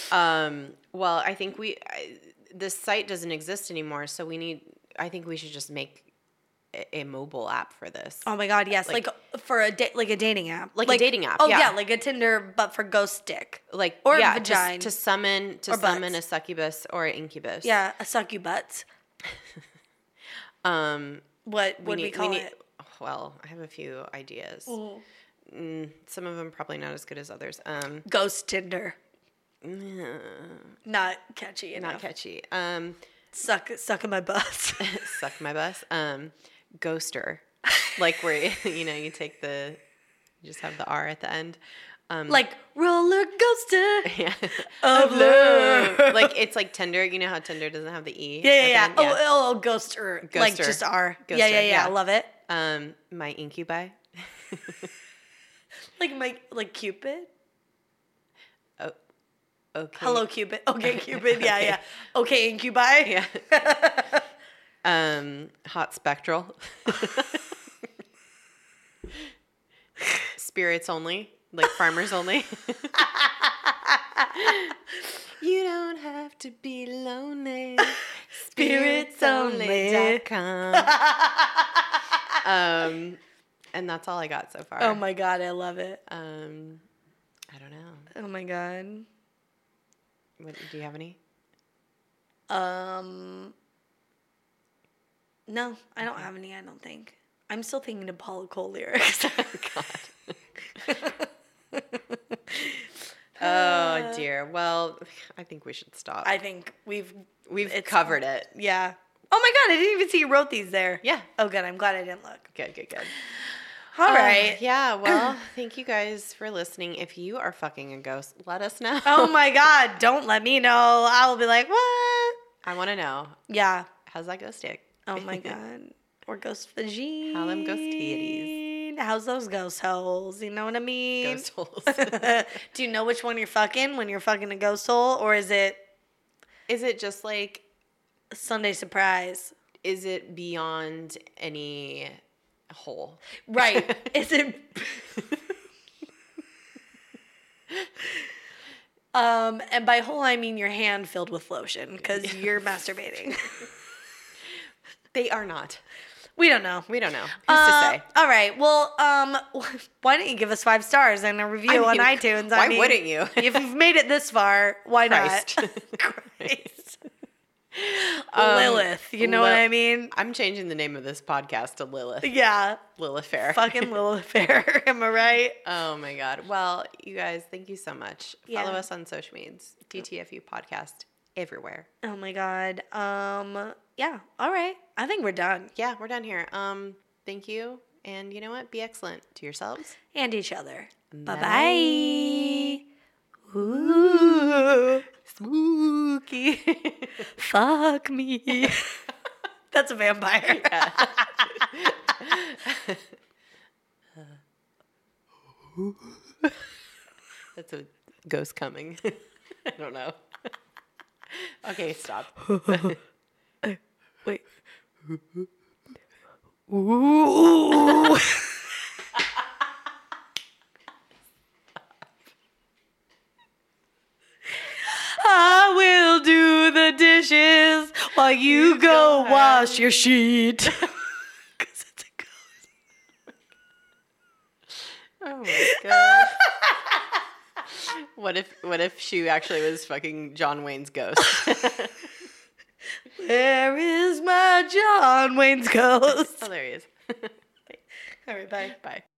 so um well i think we I, this site doesn't exist anymore so we need i think we should just make a- a mobile app for this.
Oh my god, yes. Like,
Like-
for a da- like a dating app.
Like a dating app,
Oh
yeah.
yeah, like a Tinder but for ghost dick.
Like
or
yeah, to-
vagina.
to, summon to
Or
summon
butts.
a succubus or an incubus.
Yeah, a suck you butts.
Um
What
we
would we,
need,
call
need, oh,
it?
Well, I have a few ideas.
Mm.
Mm, some of them probably not as good as others. Um
Ghost Tinder. Not catchy enough.
not catchy. Um
Suck sucking my butts.
suck my bus. Um ghoster. Like where you know, you take the you just have the R at the end. Um
like roller coaster.
yeah.
Of love.
like it's like Tinder. You know how Tinder doesn't have the E.
Yeah,
at
yeah,
the
yeah.
end?
Oh, oh, oh, ghoster. Like
Ghoster.
just R. yeah,
Ghoster,
yeah, yeah.
yeah.
I love it.
Um, my incubi.
Like my like Cupid.
Oh, okay.
Hello Cupid. Okay, Cupid. Yeah, yeah. Okay, Incubi.
Yeah. um, hot spectral. Spirits only, like farmers only. you don't have to be lonely. Spiritsonly.com. um, and that's all I got so far.
Oh my god, I love it.
Um, I don't know.
Oh my god.
What, do you have any?
Um, no, I don't have any. I don't think. I'm still thinking of Paula Cole lyrics.
God. oh dear. Well, I think we should stop.
I think we've
We've
it's-
covered it.
yeah. Oh my god, I didn't even see you wrote these there.
Yeah.
Oh good, I'm glad I didn't look.
Good, good, good.
All
Uh,
right.
yeah, well, thank you guys for listening. If you are fucking a ghost, let us know.
Oh my god, don't let me know. I'll be like, what?
I want to know.
Yeah.
How's that ghost dick?
Oh my god. Or ghost vagine.
How them ghost titties.
How's those ghost holes? You know what I mean?
ghost holes.
Do you know which one you're fucking when you're fucking a ghost hole, or is it
is it just like,
a Sunday surprise?
is it beyond any hole?
Right. is it? um, and by hole I mean your hand filled with lotion because you're masturbating.
They are not.
we don't know.
We don't know. Who's
Uh,
to say?
All right. Well, um, why don't you give us five stars and a review
I mean,
on iTunes?
Why
I mean,
wouldn't you?
if you've made it this far, why
Christ. Um,
not? Christ. Lilith, you know what
Lil-
I mean?
I'm changing the name of this podcast to Lilith.
Yeah,
Lilith Fair.
fucking Lilith Fair, am I right?
Oh my God. Well, you guys, thank you so much. Follow
Yeah.
us on social medias, DTFU podcast everywhere.
Oh my god. Um, yeah. All right. I think we're done.
Yeah, we're done here. Um, thank you. And you know what? Be excellent to yourselves.
And each other. Bye
Bye.
bye. Ooh,
Spooky.
fuck me. That's a vampire.
That's a ghost coming. I don't know. Okay, stop.
Wait. Ooh. I will do the dishes while you, go,
go
wash your sheet. 'Cause it's a ghost.
Oh my god. what if what if she actually was fucking John Wayne's ghost?
Where is my John Wayne's ghost?
oh, there he is.
All right, bye.
Bye.